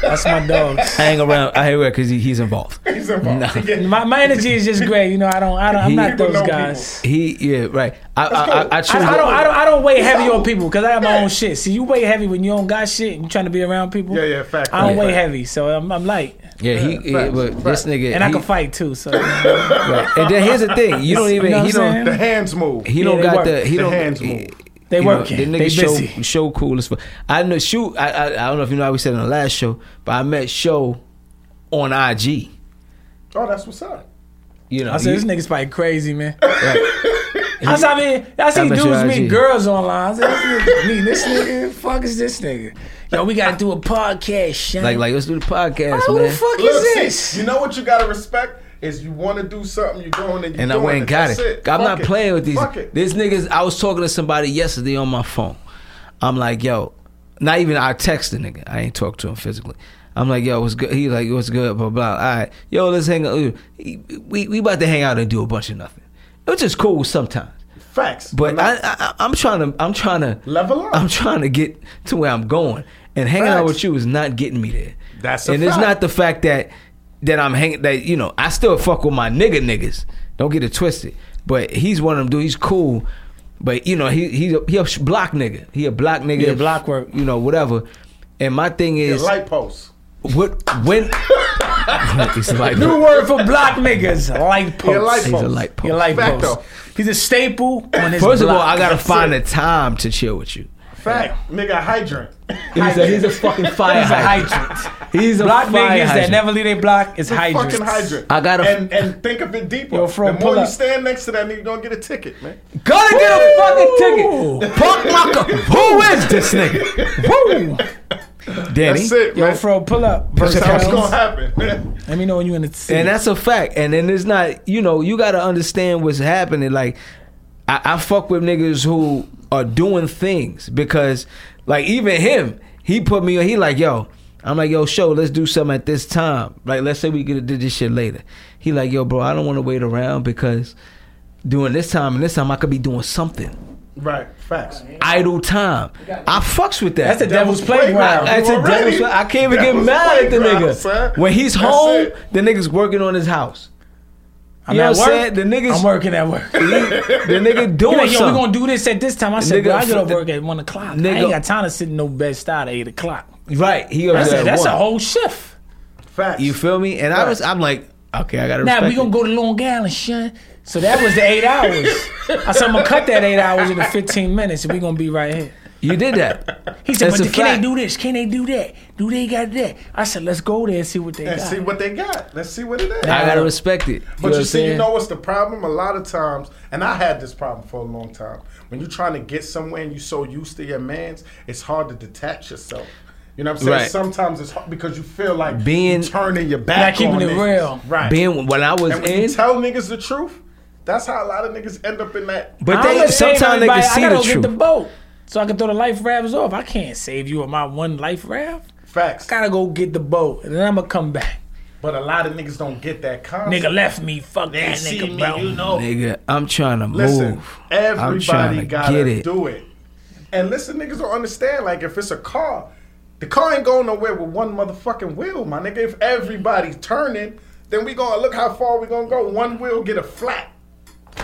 That's my dog.
I hang around. I hang around because he, he's involved.
He's involved.
Nah.
Yeah.
My, my energy is just great. You know, I don't. I don't I'm
He-
not
People
those
know
guys.
He yeah right. I I,
Let's go.
I, I choose.
I, I don't. I don't. I don't weigh heavy on
out.
people because I have my own shit. See, you weigh heavy when you don't got shit and you trying to be around people.
Yeah, yeah, fact.
I don't
Yeah.
weigh heavy, so I'm, I'm light,
yeah, he yeah,
facts,
but
facts.
this nigga
and I
he-
can fight too. So
Right. And then here's the thing: you don't even
know what
he don't
I'm saying?
The hands move.
he
Yeah,
don't
they
got
work.
the he
The
don't
hands
he-
move.
they
you know,
working.
the
they
nigga show
busy.
show cool as fuck. I know shoot. I, I I don't know if you know how we said on the last show, but I met show on IG.
Oh, that's what's up.
You know,
I said
you-
this nigga's fighting crazy, man.
right.
I saw me. I see
I'm at your
dudes
IG.
meet girls online. I said, this nigga, meet this nigga. Fuck is this nigga? Yo, we gotta do a podcast. Shane.
like like let's do the podcast,
who
man.
the fuck
Look,
is
see,
this?
You know what you gotta respect is you want to do something, you're going and you
and I
doing
went and got it.
That's
I'm
Fuck
not
it.
playing with these.
Fuck it.
These niggas. I was talking to somebody yesterday on my phone. I'm like, yo, not even I text the nigga. I ain't talk to him physically. I'm like, yo, what's good? He like, what's good? Blah blah. All right, yo, let's hang out. We we about to hang out and do a bunch of nothing, which is cool sometimes.
Facts.
But I,
Not-
I I'm trying to I'm trying to
Level up.
I'm trying to get to where I'm going, and hanging out
Facts.
with you is not getting me there.
That's a
and it's
fact.
not the fact that that I'm hanging that you know I still fuck with my nigga niggas. Don't get it twisted. But he's one of them dude. He's cool, but you know he he a- he a sh- block nigga. He a block nigga.
Yeah, block work.
You know whatever. And my thing
The
is
light post.
what when he's a light
New
bulb.
word for block niggas. Light post.
Your light
He's a light
Your
pole.
light
Fact
post.
though.
He's a staple on his.
First of all,
block.
I gotta
That's
find
it.
the time to chill with you.
Fact. Nigga, hydrant.
He's a, he's a fucking fire
He's a
hydrant.
hydrant.
He's a
block
fire
niggas that
hydrant.
never leave their block is hydrant.
Fucking hydrant.
I gotta-
and and think of it deeper.
Yo, Fro,
the
pull
more you
up.
stand next to that nigga, you gonna get a ticket, man.
Gotta get a fucking
Woo!
ticket. Punk rocker. Who is this nigga? Woo! Danny.
That's it,
Yo,
man.
Fro, pull up.
that's how it's gonna
Versailles.
happen.
Let me know when you in the city.
And that's a fact. And then it's not, you know, you gotta understand what's happening. Like, I, I fuck with niggas who are doing things because, like, even him, he put me on, he like, yo, I'm like, yo, show, let's do something at this time. Like, let's say we could have did this shit later. He like, yo, bro, I don't wanna wait around because during this time and this time I could be doing something.
right. Facts.
idle time. I fucks with that.
That's the devil's playground.
I, that's a
Already.
devil's, I can't even get
Devil's
mad at the
playground,
nigga.
son.
When he's
That's
home,
it.
the nigga's working on his house.
I'm
you know
at
what I'm saying?
work.
The niggas-
I'm working at work.
The nigga doing
He like, yo, we
something.
gonna do this at this time. I said,
Nigga,
bro, I get off
the-
work at one o'clock. I
nigga-
ain't got time to sit in no bed style at eight o'clock.
right. He up
I
there.
said, that's
one.
a whole shift.
Facts.
You feel me? And I was, I'm like, okay, I gotta.
Now
respect
we gonna
it.
go to Long Island, shun. So that was the eight hours. I said I'm gonna cut that eight hours into 15 minutes, and we gonna be right here.
You did that.
He said,
That's a
"But can
fact.
they do this? Can they do that? Do they got that?" I said, "Let's go there and see what they
and
got."
see what they got. Let's see what it is.
I gotta respect it.
But
know
you
what
see,
I'm
you
saying?
know what's the problem? A lot of times, and I had this problem for a long time. When you're trying to get somewhere and you're so used to your man's, it's hard to detach yourself. You know what I'm saying?
Right.
Sometimes it's hard because you feel like
Being-
you turning your back,
Not keeping
on
it real.
right?
Being when I was
and when you
in,
tell niggas the truth, that's how a lot of niggas end up in that.
but
I don't
they
wanna save
sometimes they can
everybody.
see
I gotta
the
go get
truth.
the boat so I can throw the life rafts off. I can't save you with my one life raft.
Facts.
Gotta go get the boat and then I'm gonna come back.
But a lot of niggas don't get that concept.
Nigga left me. Fuck
They
that
see
nigga,
me,
bro.
you know.
Nigga, I'm trying to
Listen,
move. I'm trying
everybody
to
gotta
get it.
do it. And listen, niggas don't understand. Like, if it's a car, the car ain't going nowhere with one motherfucking wheel, my nigga. If everybody's turning, then we gonna look how far we gonna go. One wheel get a flat,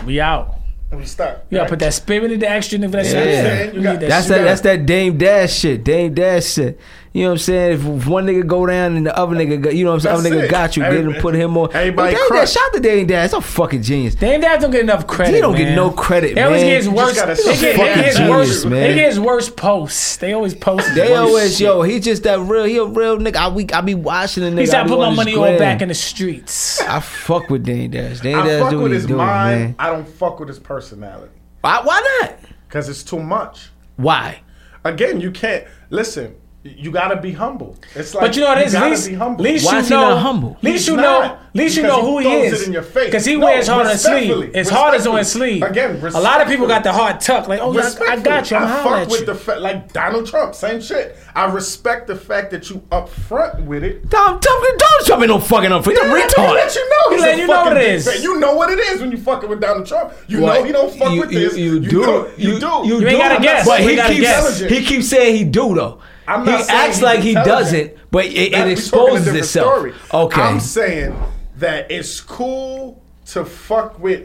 We out.
and we stop.
You gotta put that spirit in the action and for that
Yeah.
shit. You need that
That's
shit.
that. That's that Dame Dash shit. Dame Dash shit. You know what I'm saying? If one nigga go down and the other nigga, go, you know what I'm saying?
That's
Other nigga
it.
got you. Get him,
Everybody-
put him on.
everybody
Yo, Dame Dash,
crushed.
shout to Dame Dash. That's a fucking genius.
Damn, dads don't get enough credit.
He don't get
man.
no credit,
They always
man.
get his
You
worst.
just gotta
They get, they
fucking
get his
genius,
worst.
man.
They get his worst posts. They always post. his
They
worst
always
shit.
yo. He just that real. He a real nigga. I we I be watching the nigga.
He
I
said, "I
be on
put my
his
money
gram.
all back in the streets."
I fuck with Dame Dash. Dame
I
Dash
fuck
do what
with
he
his
doing,
mind.
man.
I don't fuck with his personality
Why, why not?
because it's too much.
Why?
Again, you can't listen. You gotta be humble. It's like
But you know this.
gotta
Least,
be humble.
least
Why
you
is he
know.
not humble?
Least you
He's
know.
not,
Least you
because
know who
he
he
throws
is.
it in your face.
Because he
No,
wears hard on his
respectfully,
sleeve. His heart is on his
respectfully.
sleeve.
Again,
a lot of people
respectfully.
got the hard tuck. Like, oh, yeah, I, I got you. I'm
I
hollering
fuck
at
with
you.
the fact, like Donald Trump, same shit. I respect the fact that you upfront with it.
Don't don't don't jump in no fucking up. He's a
He let
retard.
you know.
He
He's
let
a
you know
fucking
what it
big
is.
fan. You know what it is when you fucking with Donald Trump. You
What?
know he don't fuck
You-
with
you-
this.
you do.
know-
You- you
You ain't
do.
gotta
I'm
guess.
But
You
he
gotta
keeps
guess.
he keeps saying he do though.
I'm
he
not saying
acts
he's
like he
intelligent.
doesn't, but it,
That-
it
we talking a
exposes
different
itself.
story.
Okay.
I'm saying that it's cool to fuck with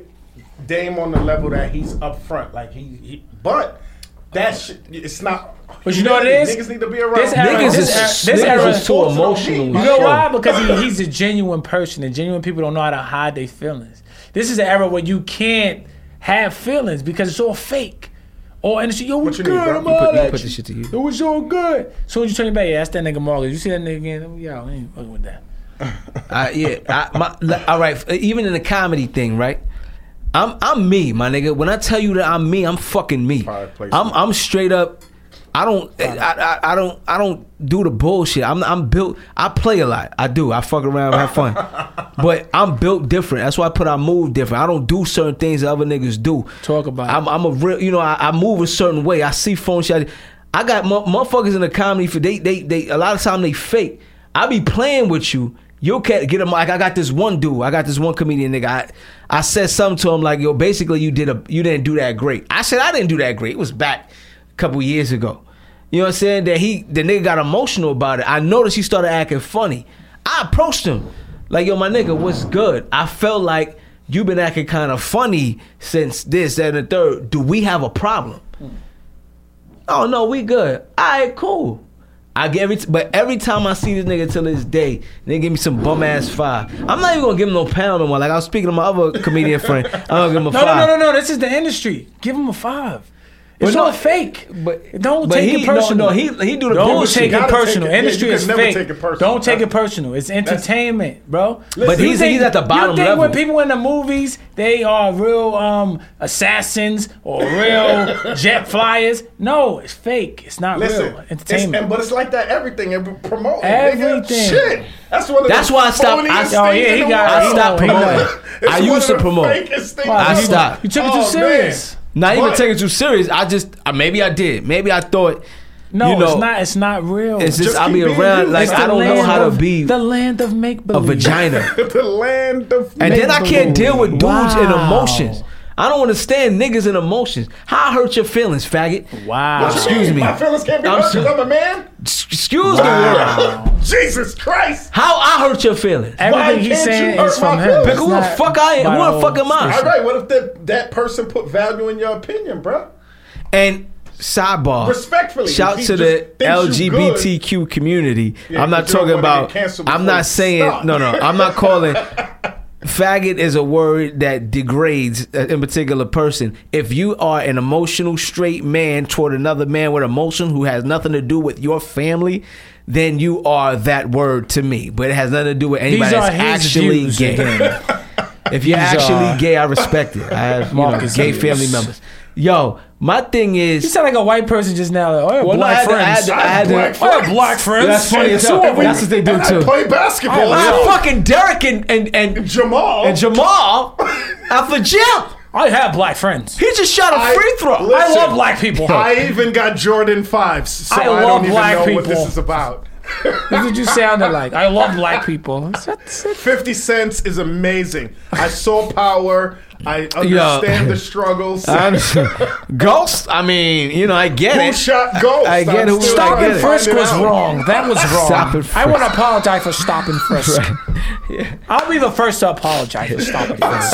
Dame on the level that he's up front. Like he, he but that
Uh,
shit, it's not.
But you know what it is?
Niggas need to be around.
This era-
niggas
this
is
era- this
niggas
era-
is too emotional.
You
with
You know
shit.
why? Because he, he's a genuine person, and genuine people don't know how to hide their feelings. This is an era where you can't have feelings because it's all fake. Or and it's, yo, what's
you
good?
need, bro?
I'm
You put-
all
you
at
put this shit to you.
It was all good. Soon as you turn your back, yeah, that's that nigga Morgan. You see that nigga again? Yo, I ain't fucking with that.
I, yeah. I, my, li- all right. f- Even in the comedy thing, right? I'm I'm me, my nigga. When I tell you that I'm me, I'm fucking me.
Product
I'm
placement.
I'm straight up. I don't I, I, I don't I don't do the bullshit. I'm I'm built. I play a lot. I do. I fuck around, have fun. but I'm built different. That's why I put I move different. I don't do certain things that other niggas do.
Talk about it.
I'm, I'm a real. You know, I, I move a certain way. I see phone shit. I got mu- motherfuckers in the comedy for they they they. A lot of time they fake. I be playing with you. You'll ca- get him like I got this one dude. I got this one comedian nigga. I, I said something to him like, yo, basically you did a you didn't do that great. I said I didn't do that great. It was back a couple years ago. You know what I'm saying? That he the nigga got emotional about it. I noticed he started acting funny. I approached him like, yo, my nigga, what's good? I felt like you've been acting kind of funny since this, that, and the third. Do we have a problem? Oh no, we good. All right, cool. I get every t- but every time I see this nigga till this day, they give me some bum ass five. I'm not even gonna give him no pound no more. Like I was speaking to my other comedian friend, I'm gonna give him a
No,
five.
no, no, no, no. This is the industry. Give him a five. It's
no-
all fake.
but-
But don't
but
take
he-
it
no,
personal.
no, he- he do the
don't
bullshit.
take
You
it
gotta take
personal.
it- yeah,
Industry
you
is
can never
fake.
take it personal.
Don't take it personal. It's entertainment, bro.
But
You
he's-
think-
he's at the bottom
You think
level.
when people in the movies they are real um, assassins or real jet flyers? No, it's fake. It's not
Listen,
real.
it's, and,
Entertainment.
but it's like that everything and promoting
Everything.
Nigga. Shit, that's one of
That's
the
why I stopped- I-
phoniest
Oh,
things
yeah, he
in the
got- I
world.
stopped
promoting.
It's
I
one
used
of
to
the
promote.
fakest things
Wow,
I
in the
stopped.
world.
You took it too
man.
serious.
Not even
But-
take it too serious. I just uh, maybe I did. Maybe I thought.
no,
you know,
it's not. It's not real.
It's just,
Just
I'll be
keep being
around
you.
like
It's
I
the
don't know
land
how to
of-
be
the land of make
a
believe.
vagina.
the land of
And then I can't deal with dudes and
Wow.
emotions. I don't understand niggas and emotions. How I hurt your feelings, faggot?
Wow.
Excuse me.
My feelings can't be
I'm
hurt 'cause
so-
I'm a man.
S- Excuse the word.
Wow.
Jesus Christ!
How I hurt your feelings.
Everything he's
can't
saying
you hurt
is from
my
him.
feelings?
Nigga, who the fuck I am? Who the fuck am
All
I?
right, what if that that person put value in your opinion, bruh?
And sidebar.
Respectfully,
Shout
he
to
just
the
thinks you
LGBTQ community.
Yeah,
I'm not
but you don't
talking
wanna
about.
get canceled
I'm
before you
not saying.
start.
No, no. I'm not calling. faggot is a word that degrades a in particular person. If you are an emotional straight man toward another man with emotion who has nothing to do with your family, then you are that word to me. But it has nothing to do with anybody
are
that's
his
actually
views
gay.
again.
If you're
These
actually
are-
gay, I respect it. I have you know,
Marcus
gay
views.
family members. Yo, my thing
You
is.
sound like a white person just now. Like, oh, I have
Well, no, I
black
had to- I
friends.
had to- I had to-
black friends. I have black friends.
That's funny as hell.
And we-
That's what they do
and
too.
I play basketball.
I
yo.
had fucking Derek and and and,
Jamal.
and Jamal out for jail.
I have black friends.
He just shot a
I-
free throw.
listen,
I love black people.
I even got Jordan fives, so
I
I,
love
don't even
black
know what
people.
this is about.
That's what you sounded like. I love black people. Shut- shut-
50 cents is amazing. I saw power. I understand the struggles.
I understand. Ghost. I mean, you know, I get
Who
it.
shot Ghost?
I get
I'm
it.
still
Stop
trying
and
Stopping
to
it.
frisk
find it
was
out.
wrong. That was wrong.
Stop and
I want to
frisk.
apologize for stopping frisk. I'll be the first to apologize for stopping frisk.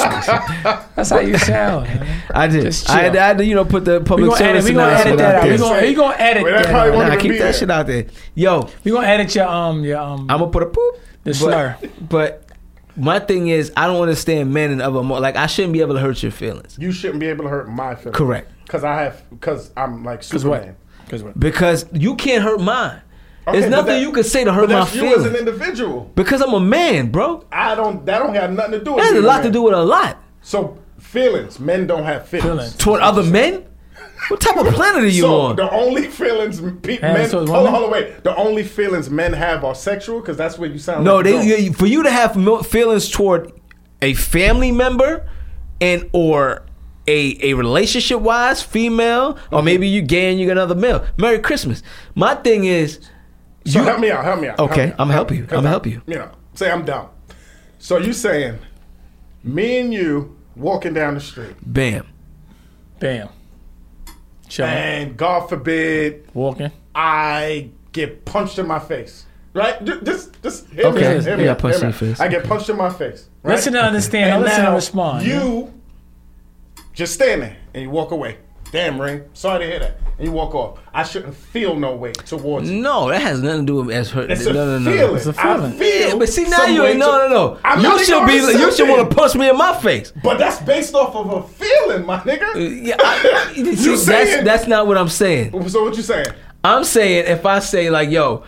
That's how you sound. man.
I did.
Just chill.
I had, I had to, you know, put the
We
public
gonna edit,
service
we gonna edit
announcement out
that out. We
there.
gonna, we gonna edit
Wait, that
that.
probably
out.
won't-
Nah,
gonna
keep
be
that
there.
shit out there. Yo,
We gonna edit your um your um.
I'm gonna put a poop.
The
But-
slur.
But my thing is, I don't understand men and other more. Like I shouldn't be able to hurt your feelings.
You shouldn't be able to hurt my feelings.
Correct.
Because I have, because I'm like
Cause what?
Superman.
Cause what?
because you can't hurt mine. There's
Okay, but
nothing
that-
you can say to
But
hurt my
that's you as an
feelings
individual.
because I'm a man, bro.
I don't. That don't have nothing to do. with
That has a
being
lot to
man.
do with a lot
So feelings, men don't have feelings.
Feelings.
toward other men. What type of planet are you
so
on?
the only feelings pe-
Yeah,
men.
so it's
hold,
women?
on, hold on, wait. The only feelings men have are sexual, because that's what you sound.
No,
like
they
you don't.
you- for you to have mo- feelings toward a family member and or a a relationship wise female or maybe you gay and you got another male. Merry Christmas. My thing is
So help me out. Help me out.
Okay,
me out,
I'ma help you,
'cause
I'ma help you.
You know, say I'm down. So you saying, me and you walking down the street,
bam.
Bam. Chilling.
and God forbid
Walking.
I get punched in my face. Right? Ju- Just, just hear me
Okay,
out, hear me
yeah,
out,
punched
hear
in
me out.
the face,
I get punched in my face. Right?
Listen to understand.
And
Now listen to
now
respond.
You just stand there and you walk away. Damn, Ring. Sorry to hear that. And you walk off. I shouldn't feel no way towards you.
No, that has nothing to do with as hurt.
It's
no,
a
no, no, no.
feeling.
It's a
I
feeling.
feel
Yeah, but see now
some
you
way
ain't no
to-
no no.
I'm not
you should be
ignoring
you should
something.
want to punch me in my face.
But that's based off of a feeling, my nigga.
Uh, Yeah, I,
You
see, that's
saying-
that's not what I'm saying.
So what you saying?
I'm saying if I say like, yo,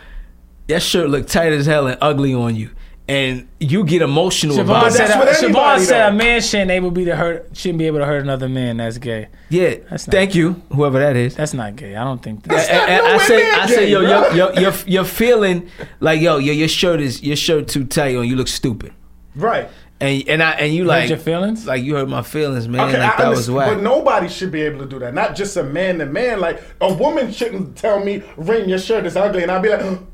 that shirt look tight as hell and ugly on you, and you get emotional
Siobhan
about
that's
said,
that.
what
Siobhan
anybody
said a
does.
man shouldn't able be to hurt shouldn't be able to hurt another man that's gay.
Yeah,
That's not-
thank you, whoever that is.
That's not gay. I don't think
That's
that.
And- and
not
I
no
say,
way
I say,
man
yo,
game,
yo,
bro.
yo, you're, you're feeling like, yo, yo, your shirt is your shirt too tight on. You look stupid,
Right.
and and I and you
Hurt
like
your feelings?
like you hurt my feelings, man.
Okay,
like
I
that was
understand,
whack.
but nobody should be able to do that. Not just a man to man. Like a woman shouldn't tell me, "Ring, your shirt is ugly," and I'd be like, "I don't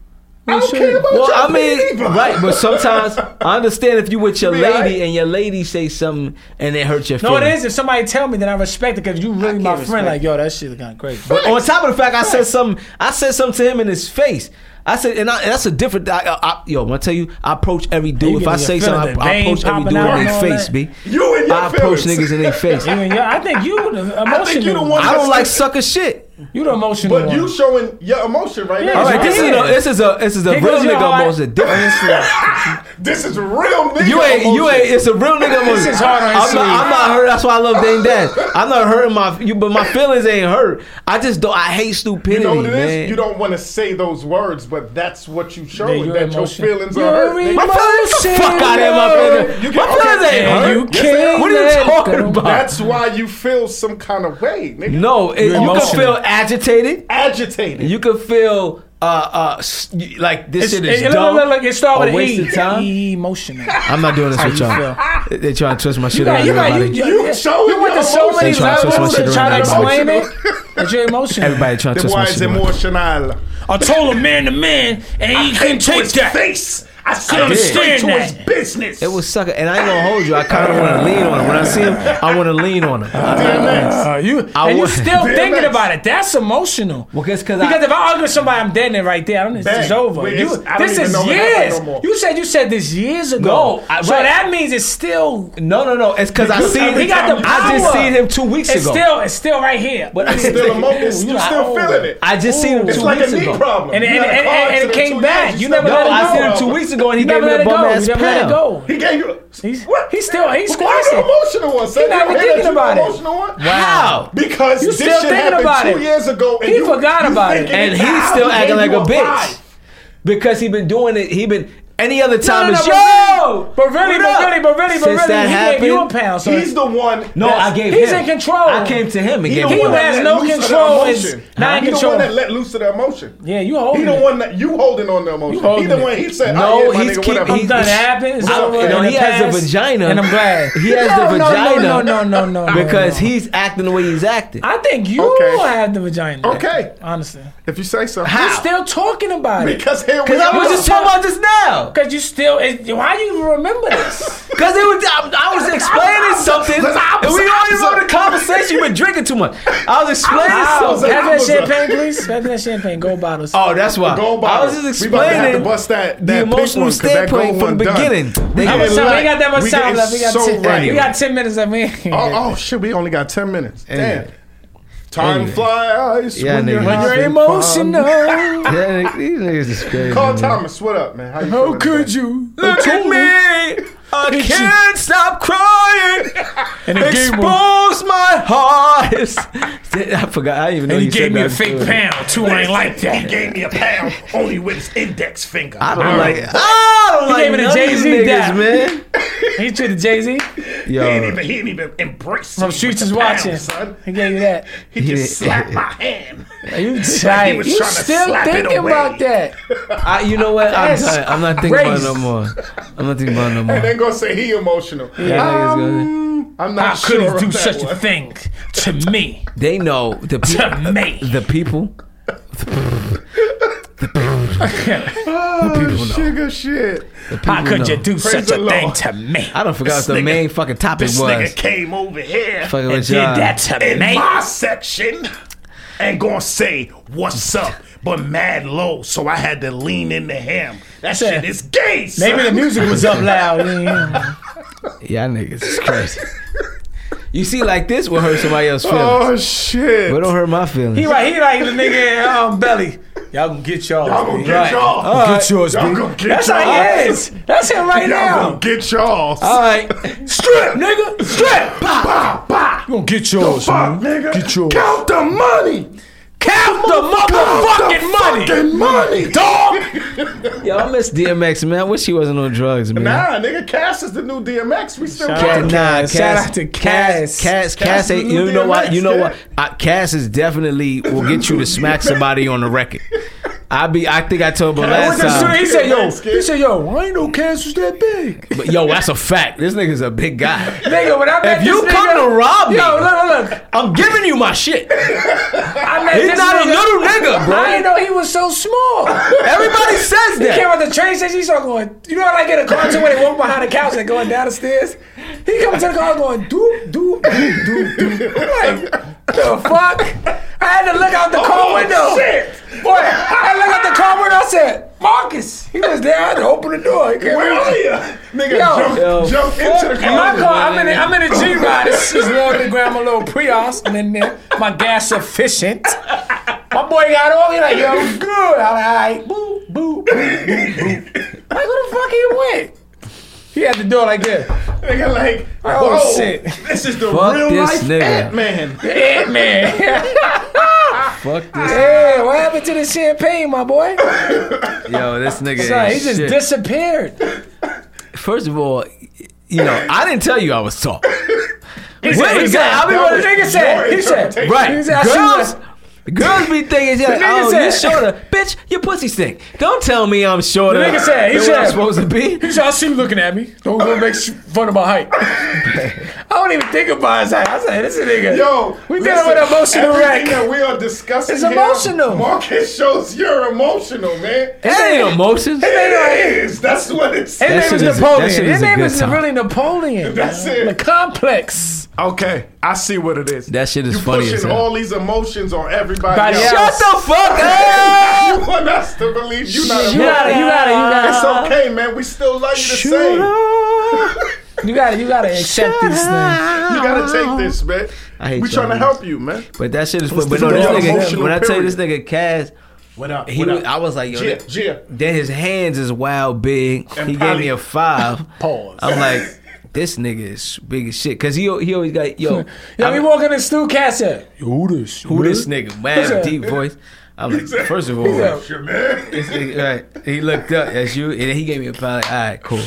care
shouldn't.
about
Well,
your
I mean,
opinion either."
right, but sometimes I understand if you with your
Be all
lady
right.
and your lady say something and it hurts your
No,
feelings.
it is. If somebody tell me, then I respect it because you really
can't
my friend.
respect
Like, yo, that shit kind of crazy.
But on top of the fact, I said something. I said something to him in his face. I said, and, I, and that's a different. I, I, I, yo, when I tell you, I approach every
You
dude. If
getting
I
your
say
feelings,
something, I, I
vein
approach every
popping
dude
out
in
and
their
all
face,
that.
b.
You and your
I approach
feelings.
niggas in their face.
You and your- I think you the emotional.
think you the one-
I don't like sucker shit.
You the emotional
But
one.
you showing your emotion right
Yeah,
now.
All right,
right
this is
here.
a, this is a this is a
Here
real
goes your
nigga
heart.
almost a different.
This is real nigga.
You ain't, you
emotion.
ain't. It's a real nigga.
This
move.
is hard on
I'm
his
not,
sleeve.
I'm not hurt. That's why I love Dame Dash. I'm not hurting my you, but my feelings ain't hurt. I just don't. I hate stupidity,
You know what it is?
man.
You don't want to say those words, but that's what you showing.
your
that
emotion.
your feelings
Your
are hurt. nigga.
my feelings, get the fuck out of here, my feelings.
You
my
can-
feelings
okay,
ain't
and
hurt.
you
Yes, they
can't
are. What are
let
you talking
go.
about?
That's why you feel some kind of way, nigga.
no, it, you can
emotional.
feel agitated.
agitated.
You can feel uh uh s- you- like this
It's,
shit is
it,
dumb.
look, look, look, it start
a
with
waste
an E.
of time.
Emotional.
I'm not doing this with
you
y'all. They- They trying to twist my shit around
you got-
everybody.
you-
you showing
You went
your
to so many
They trying to twist my
levels
shit
to try to
around.
explain it.
Emotional.
That you're emotional.
Everybody trying to
Then
twist
why
my
is
shit around.
emotional?
I told him man to man, and he couldn't take
his
that.
face. I said
I
him
did.
straight to
understand
his
that.
business.
It was sucker, and I ain't gonna hold you. I kind of want to lean on him. When I see him, I want to lean on him.
DMX.
Uh, you
I
and you
wa-
still
DMX.
thinking about it. That's emotional.
Well, 'cause- 'cause I-
because if I argue with somebody, I'm dead in it right there. I don't. This
Bang.
is over.
Wait,
You,
it's- I don't
this
even
is
know what happened
years.
no more.
you said you said this years ago.
No, I-
so
right.
that means it's still.
No, no, no. It's because I
Because
seen.
every
He got
time
the.
you-
I just
power.
seen him two weeks
It's
ago.
still. It's still right here.
but I
Still emotional. You
You're not
still
old.
feeling it.
I just seen him
It's
two
like
weeks
a knee
ago.
problem.
And-
You
and-
had a
and-
car
and- and it
accident
came
two
back.
years,
You never
No,
let it
I
go.
seen him two weeks ago, and he
you
gave
never
me
let
the
it
bum
go.
ass
You never let it
pound.
go.
He gave you.
He's-
what?
he's still- he's
Why
squashing.
you emotional one, son?
He's not
You
even
hear that
thinking
you
about it.
Emotional one?
Wow.
Because
You
this
still
shit
thinking
happened
about
two
it.
years ago, and
He
you
forgot
you
about it.
thinking
And
it's
he's
how
still
he
acting
gave
like
you
a bitch
five.
because he been doing it. He been Any other time
no, no,
is
but really-
yo.
but really,
what
but
up?"
really, but really, but
Since
really,
that
he
happened,
gave you a pound. So
He's the one.
No,
that's-
I gave
He's
him.
in control.
I came to him and
He
gave
the
him.
He
one
one.
that
has
let
no
loose of the
control.
emotion.
It's not in
he
control.
the one that let loose of the emotion.
yeah, you hold
He the
it.
one that you holding on the emotion.
holding
he the
it.
one. He said,
No,
oh, yeah, my
he's
nigga,
keep-
whatever."
I'm
he-
done. It happened. It's
I-
over.
you know,
and
he
it
has a
passed,
vagina.
and I'm glad
He has
no,
the
no,
vagina.
No, no, no, no, no.
Because
no.
he's acting the way he's acting.
I think you
Okay.
have the vagina.
Okay.
honestly,
If you say so.
How?
we're still talking about it.
Because here we
Because I was
are.
just talking about this now.
Because you still, it, why do you even remember this?
Because it was, I, I was explaining something, and we already wrote a conversation. You've been drinking too much. I was explaining
Wow. Pass
something.
I
that
was a-
champagne, please. Pass that champagne. Gold bottles.
Oh, that's why.
Gold
I
bottle.
was just
we about to have to
explaining
bust that, that
the
pink
emotional
one, 'cause that
standpoint
gold
from the
one done.
beginning. They
How
got-
much time?
getting
we
light.
got that much
We
time
getting
left. We got,
so
ten,
right.
we got 10 minutes. I mean,
Oh, oh shit, we only got ten minutes. Damn.
Anyway.
Time
Anyway.
flies.
Yeah,
when you're,
nigga. When
having
you're
fun.
emotional.
Yeah, these niggas is crazy.
Call
man.
Thomas, what up, man? How you
How
feeling
could
today?
you
Look at me. I can't stop crying.
And he gave him,
Expose my heart. I forgot. I didn't even know
and he
you
gave
said
me a
that.
fake pound. Two ain't like
He
that.
gave me a pound only with his index finger.
I don't like. I don't
He
like
gave it to
none of these
Jay-Z
niggas,
that.
man.
He treated Jay Z.
Yo,
He didn't even, he didn't even embrace
From
me
Streets is
with the pound,
watching.
son.
He gave you that.
He
He
just
didn't-
slapped my hand.
You
He
tight.
was
You
trying to
still
slap it
thinking
away.
about that?
I, you know what? I'm,
That's
done. I'm not thinking about it no
crazy.
more. I'm not thinking about it no more.
And then gonna say he emotional.
nigga's
Um, I'm not
How
sure.
could he do
of that
such
one.
a thing to me?
They know the
To
people.
me.
the people.
Oh, sugar shit.
How could
know.
you do
Praise
such
the
a thing
Lord.
to me?
I don't forgot
This
what the
nigga-
main fucking topic
This
was.
nigga came over here
Fucking with
Did
y'all.
that to
in
me?
my section and gonna say what's up, but mad low, so I had to lean into him. That
Said-
shit is gay. son.
Maybe the music was up loud. Yeah.
Y'all niggas is crazy. you see, like this will hurt somebody else's feelings.
Oh shit!
But it don't hurt my feelings.
He right, he like the nigga in um, belly. Y'all gonna get y'all.
Y'all gonna get
right.
y'all.
Get yours,
y'all
B.
gonna get
That's
y'all.
how he is. That's him right
Y'all
now. Uh,
gonna get y'all.
All right.
Strip,
nigga,
strip, bah, bah.
gonna get yours,
Fuck, nigga.
Get yours.
Count the money.
Count the
Count the
motherfucking money.
Fucking money, dog.
Yo, I miss DMX, man. I wish he wasn't on drugs, man.
Nah, nigga, Cass is the new DMX. We still
Shout
Ca-
out
got
to
nah,
Cass.
Cass.
Shout out to Cass.
Cass. Cass,
Cass
Cass
is
ain't-
the new
you know what?
DMX,
You know what?
kid.
I, Cass is definitely will get you to smack somebody on the record. I be. I think I told him
I
last
went to the street,
time.
he said, yo,
Thanks, kid.
he said, yo, I ain't no cancers that big.
But yo, that's a fact. This nigga's a big guy.
Nigga, when I met
If you
this
come
nigga,
to rob me,
yo, look, look, look.
I'm giving you my shit.
I met
He's
this
not a
nigga.
little nigga,
I didn't
bro.
know he was so small.
Everybody says
He came
that.
out the train station. He started going. You know how I get a car to when they walk behind the couch and going down the stairs. He coming to the car going doop doop doop doop. doop. I'm like the fuck. I had to look out the car
Oh,
window.
shit.
Boy, I had to look out the car window. I said, Marcus. He was there. I had to open the door. He came
Where
out.
are you? Nigga,
Yo.
jump,
Yo.
jump into the
In my
car.
car, I'm in, a, I'm in a G ride. It's just loaded grab my little Prius and then there. My gas sufficient. My boy got on. He like, yo, good. I'm like, all right, boo, boo, boo, boo, boo. Like, who the fuck he went? He had the door like this.
Nigga, like,
Oh,
whoa,
shit.
this is the
Fuck
real
this
life
nigga.
Ant-Man.
Yeah, man.
Fuck this.
yeah, what happened to the champagne, my boy?
Yo, this nigga.
Son,
ain't
he just
shit.
disappeared.
First of all, you know, I didn't tell you I was tall.
What
Women
he
got- I
said,
mean,
what
what-
the nigga said. He said,
interpretation.
Right.
He said, I see
girls,
what-
girls be thinking, yeah,
The nigga
oh,
said-
you shorter. Bitch, your pussy stink. Don't tell me I'm shorter
The nigga said- he
than what I'm
said-
supposed to be.
He said, I see you looking at me. Don't go make sh- fun of my height. I don't even think about his height. I said, this is a nigga.
Yo,
we
listen,
dealing with emotional wreck.
everything that we are discussing
It's
here,
emotional.
Marcus shows you're emotional, man.
That ain't emotions.
It is. That's what it's.
His name
shit
is
is- that
Napoleon.
shit
His
is a
name
good
is
time.
really Napoleon.
That's
man.
it.
The complex.
Okay, I see what it is.
That shit is
you
funny
pushing
as hell.
all these emotions on everybody.
Body
else.
else.
Shut the fuck up!
You want us to believe you not
You got it. You
emotional?
got it. You
It's
Uh,
got
okay, man. We still love you the same.
Shut up.
it. You got it. You got to accept these things.
You gotta take this, man.
I hate
we
y'all
trying to
niggas.
help you, man.
But that shit is funny.
the
But no, this
real
nigga,
emotional
when I tell you this
period?
nigga Cass,
What up?
he was, I was like, yo,
Gia,
that-
Gia.
then his hands is wild big.
And
he gave
probably-
me a five.
Pause.
I'm like, this nigga is big as shit. Cause he he always got yo.
Yo,
I'm-
we walking in Stu Cass said, Who this?
Who this nigga? Mad
Listen.
deep voice.
I was like, first of all,
Oh,
said-
your man. right? He looked up as you, and then he gave me a pound. Like, all right, cool.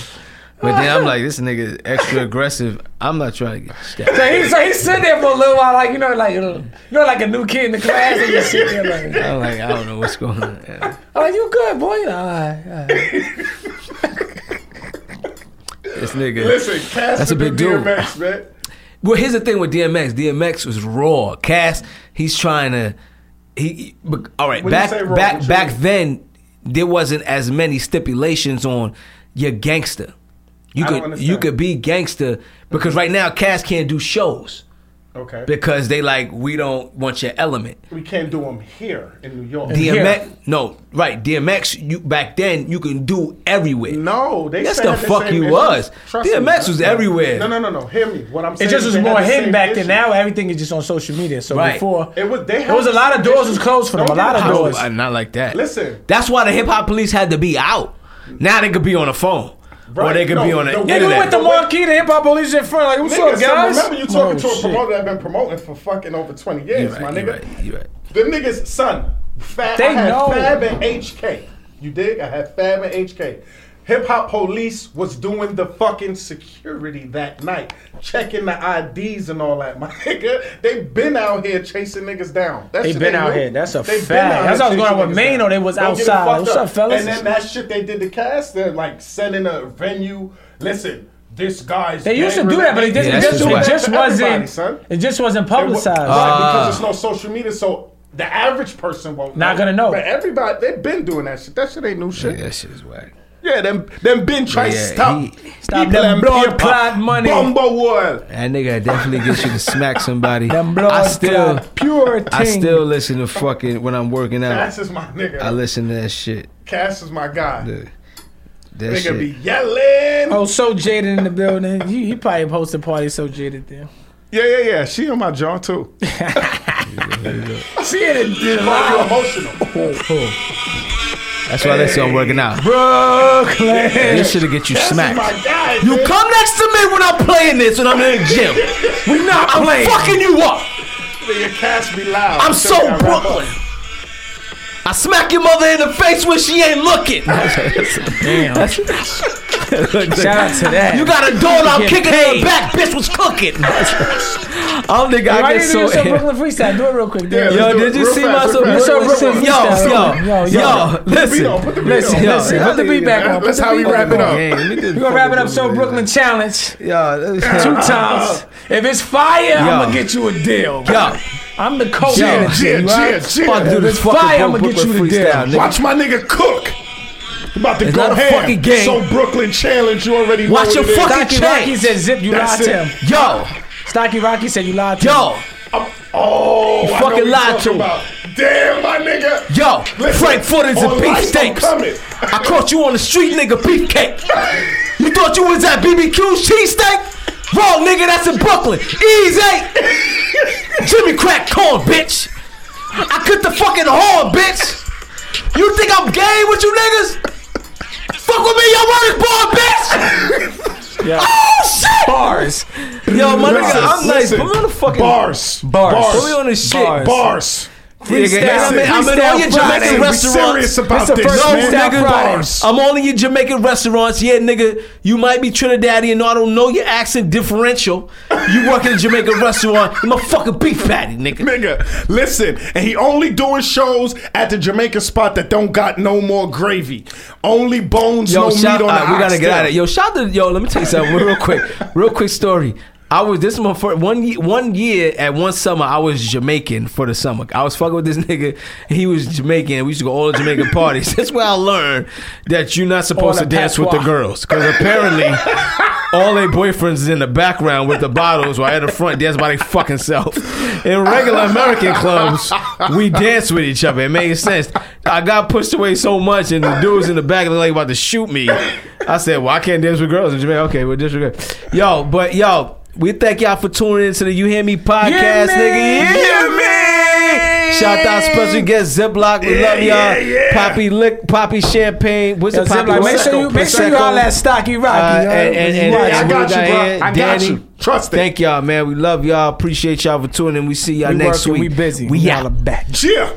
But then I'm like, this nigga is extra aggressive. I'm not trying to get stabbed.
So he, so he sit there for a little while, like you know, like you know, like a new kid in the class, and you sit there like,
I'm like, I don't know what's going on. Yeah.
"Oh, you good, boy? You know, all right, all right."
This nigga.
Listen, Cass
That's a
could do
big dude.
DMX, man.
Well, here's the thing with DMX. DMX was raw. Cass, he's trying to. He but- all right.
When you
back
say raw,
back
what you
back
mean?
then, there wasn't as many stipulations on your gangster. You
I don't
could you
understand.
could be gangster because right now Cass can't do shows
Okay.
because they like we don't want your element.
we can't do them here in New York.
DMX, no, right? DMX, you back then you can do everywhere.
No, they
That's
said
the
had
fuck
same
you
issue.
was.
Trust me,
DMX was
no,
everywhere.
No, no, no, no. Hear me. What I'm
It
saying.
just
is
was
they had
more
the
hidden
same
back
issue.
then. Now everything is just on social media. So
Right.
before
It was- they
there was a
had
lot of
the same
doors was
issue.
closed for them. A
Don't
lot of
get it
How-
doors.
twisted.
uh, not like that.
Listen.
that's why the hip hop police had to be out. Now they could be on the phone, or
Right,
they could
no,
be on the,
the way-
Nigga
internet.
with the marquee, the hip hop police in front, like what's
Nigga,
up,
so
guys?
remember you talking to
Oh,
a
shit.
promoter that been promoting for fucking over 20 years,
You're
my
right,
nigga.
you're right, you're right.
The niggas, son, Fab,
They
I had
know.
Fab and HK. You dig? I had Fab and HK. Hip Hop Police was doing the fucking security that night, checking the IDs and all that, my nigga. They been out here chasing niggas down. That
They
shit
been
ain't
out
new.
here. That's a
They been
fact.
out
That's
here
how I was going
chasing
on with
niggas
Maino.
down.
They was
Don't get it
outside.
fucked
What's up, fellas?
And then that shit they did to Cass, they're like sending a venue, listen, this guy's.
They used to do that, but it just,
Yeah,
it
that's
just,
just
it
whack.
just
To everybody, son.
wasn't. It just wasn't
It wa-
publicized.
Right,
Ah.
because it's no social media, so the average person won't.
Not gonna know.
But everybody, they've been doing that shit. That shit ain't new shit. Yeah,
That shit is whack.
them them been trying
Yeah,
to stop
he-
Stop
people
them
and
blood
people.
clot money.
Bumbo world.
That nigga definitely gets you to smack somebody.
Them blood
I still,
clot pure thing.
I still listen to fucking when I'm working out.
Cass is my nigga.
I listen to that shit.
Cass is my guy.
That
nigga
shit.
be yelling.
Oh, so jaded in the building. He, he probably posted party so jaded there.
Yeah, yeah, yeah. She on my jaw too.
She in it,
Wow. emotional.
That's why I listen. I'm working out.
Brooklyn.
This shit'll get you
Cass is
smacked.
my guy.
You
bitch.
come next to me when I'm playing this when I'm in the gym. We not I'm
playing.
fucking you up.
Your Cass be loud.
I'm
Tell
so
me I wrap up.
Brooklyn. I smack your mother in the face when she ain't looking.
Damn. Shout out to that.
You got a door I'm
Get
kicking in
paid.
the back. Bitch was cooking. I'm nigga. I
Why did
get
you do some
so.
Brooklyn freestyle? Do it real quick.
Yeah,
dude.
let's
Yo,
do it
did you
real
see
fast,
my
real
Brooklyn
fast.
Brooklyn
freestyle?
freestyle.
Yo, yo,
Yo, yo.
yo.
Put the beat on,
Listen.
put the beat
Listen,
on.
Yo,
listen.
y'all
Put the
niggas
beat back
got-
on. Put
that's
the
how
beat
we
back
wrap
on.
it up.
We gonna wrap it up. So Brooklyn challenge
Yo,
two times. If it's fire, I'm gonna get you a deal.
Yo,
I'm the coach.
Yo.
of the
Yeah,
team,
yeah,
right?
fuck
yeah.
do this
it's
fucking
fire, I'ma
Brooklyn
get you to
freestyle,
death.
nigga.
Watch my nigga cook. I'm about to
It's
go
not a
ham.
fucking game.
So Brooklyn challenge, you already know
Watch
what
your
it is.
fucking-
Stocky
Change.
Rocky said, "Zip, you
That's
lied to
it.
him."
Yo,
Stocky Rocky said, "You lied to him."
yo,
I'm- Oh, I know
fucking
what you
lied
talking
to him.
about. Damn, my nigga.
yo.
Listen,
Frankfurters
on
and
life, I'm
beefsteaks.
coming.
I caught you on the street, nigga. Beefcake. You thought you was at BBQ's cheesesteak? Wrong, nigga. That's in Brooklyn. Easy. Jimmy crack corn, bitch. I cut the fucking horn, bitch. You think I'm gay with you niggas? Fuck with me, your work boy, bitch.
Yeah.
Oh shit.
Bars.
Yo, my nigga, I'm nice,
Listen,
but motherfucking
Bars.
Bars.
Put me on this shit.
Bars.
Bars.
Yeah, I'm in- I'm in all your
Freestyle Friday.
Jamaican
Be
Listen, we
restaurants.
serious about
It's the
this,
first
man.
freestyle Friday.
Bars.
I'm all in your Jamaican restaurants. Yeah, nigga, you might be Trinidadian. No, I don't know your accent differential. You work in a Jamaican restaurant. I'm a fucking beef patty, nigga.
Nigga, listen, and he only doing shows at the Jamaican spot that don't got no more gravy, only bones, no meat on
all
the
right, we gotta get
oxtail.
out of it. Yo, shout to yo. Let me tell you something real quick. Real quick story. I was this is my first one ye- one year at one summer. I was Jamaican for the summer. I was fucking with this nigga. He was Jamaican. and We used to go all the Jamaican parties. That's where I learned that you're not supposed
All
to
the
dance with the
patois.
girls because apparently all their boyfriends is in the background with the bottles while at the front dance by their fucking self. In regular American clubs, we dance with each other. It made sense. I got pushed away so much, and the dudes in the back looked like about to shoot me. I said, "Well, I can't dance with girls in Jamaica." Okay, well, disregard. Yo, but yo, we thank y'all for tuning into the You Hear Me podcast,
Yeah,
nigga.
man.
You hear me? Shout out special guest Ziploc. We love y'all.
yeah, yeah.
Poppy lick, Poppy champagne. What's
Yo,
the Poppy?
Ziploc, make sure you make sure you
Prosecco.
holler at Stocky Rocky.
Uh,
yo.
and- and- and-
Watch
Yeah, I
it.
and-
got you, bro.
Danny,
I got you. Trust it.
Thank y'all, man. We love y'all. Appreciate y'all for tuning. in. We see y'all
We
next
working,
week.
We busy.
We out.
back.
Yeah.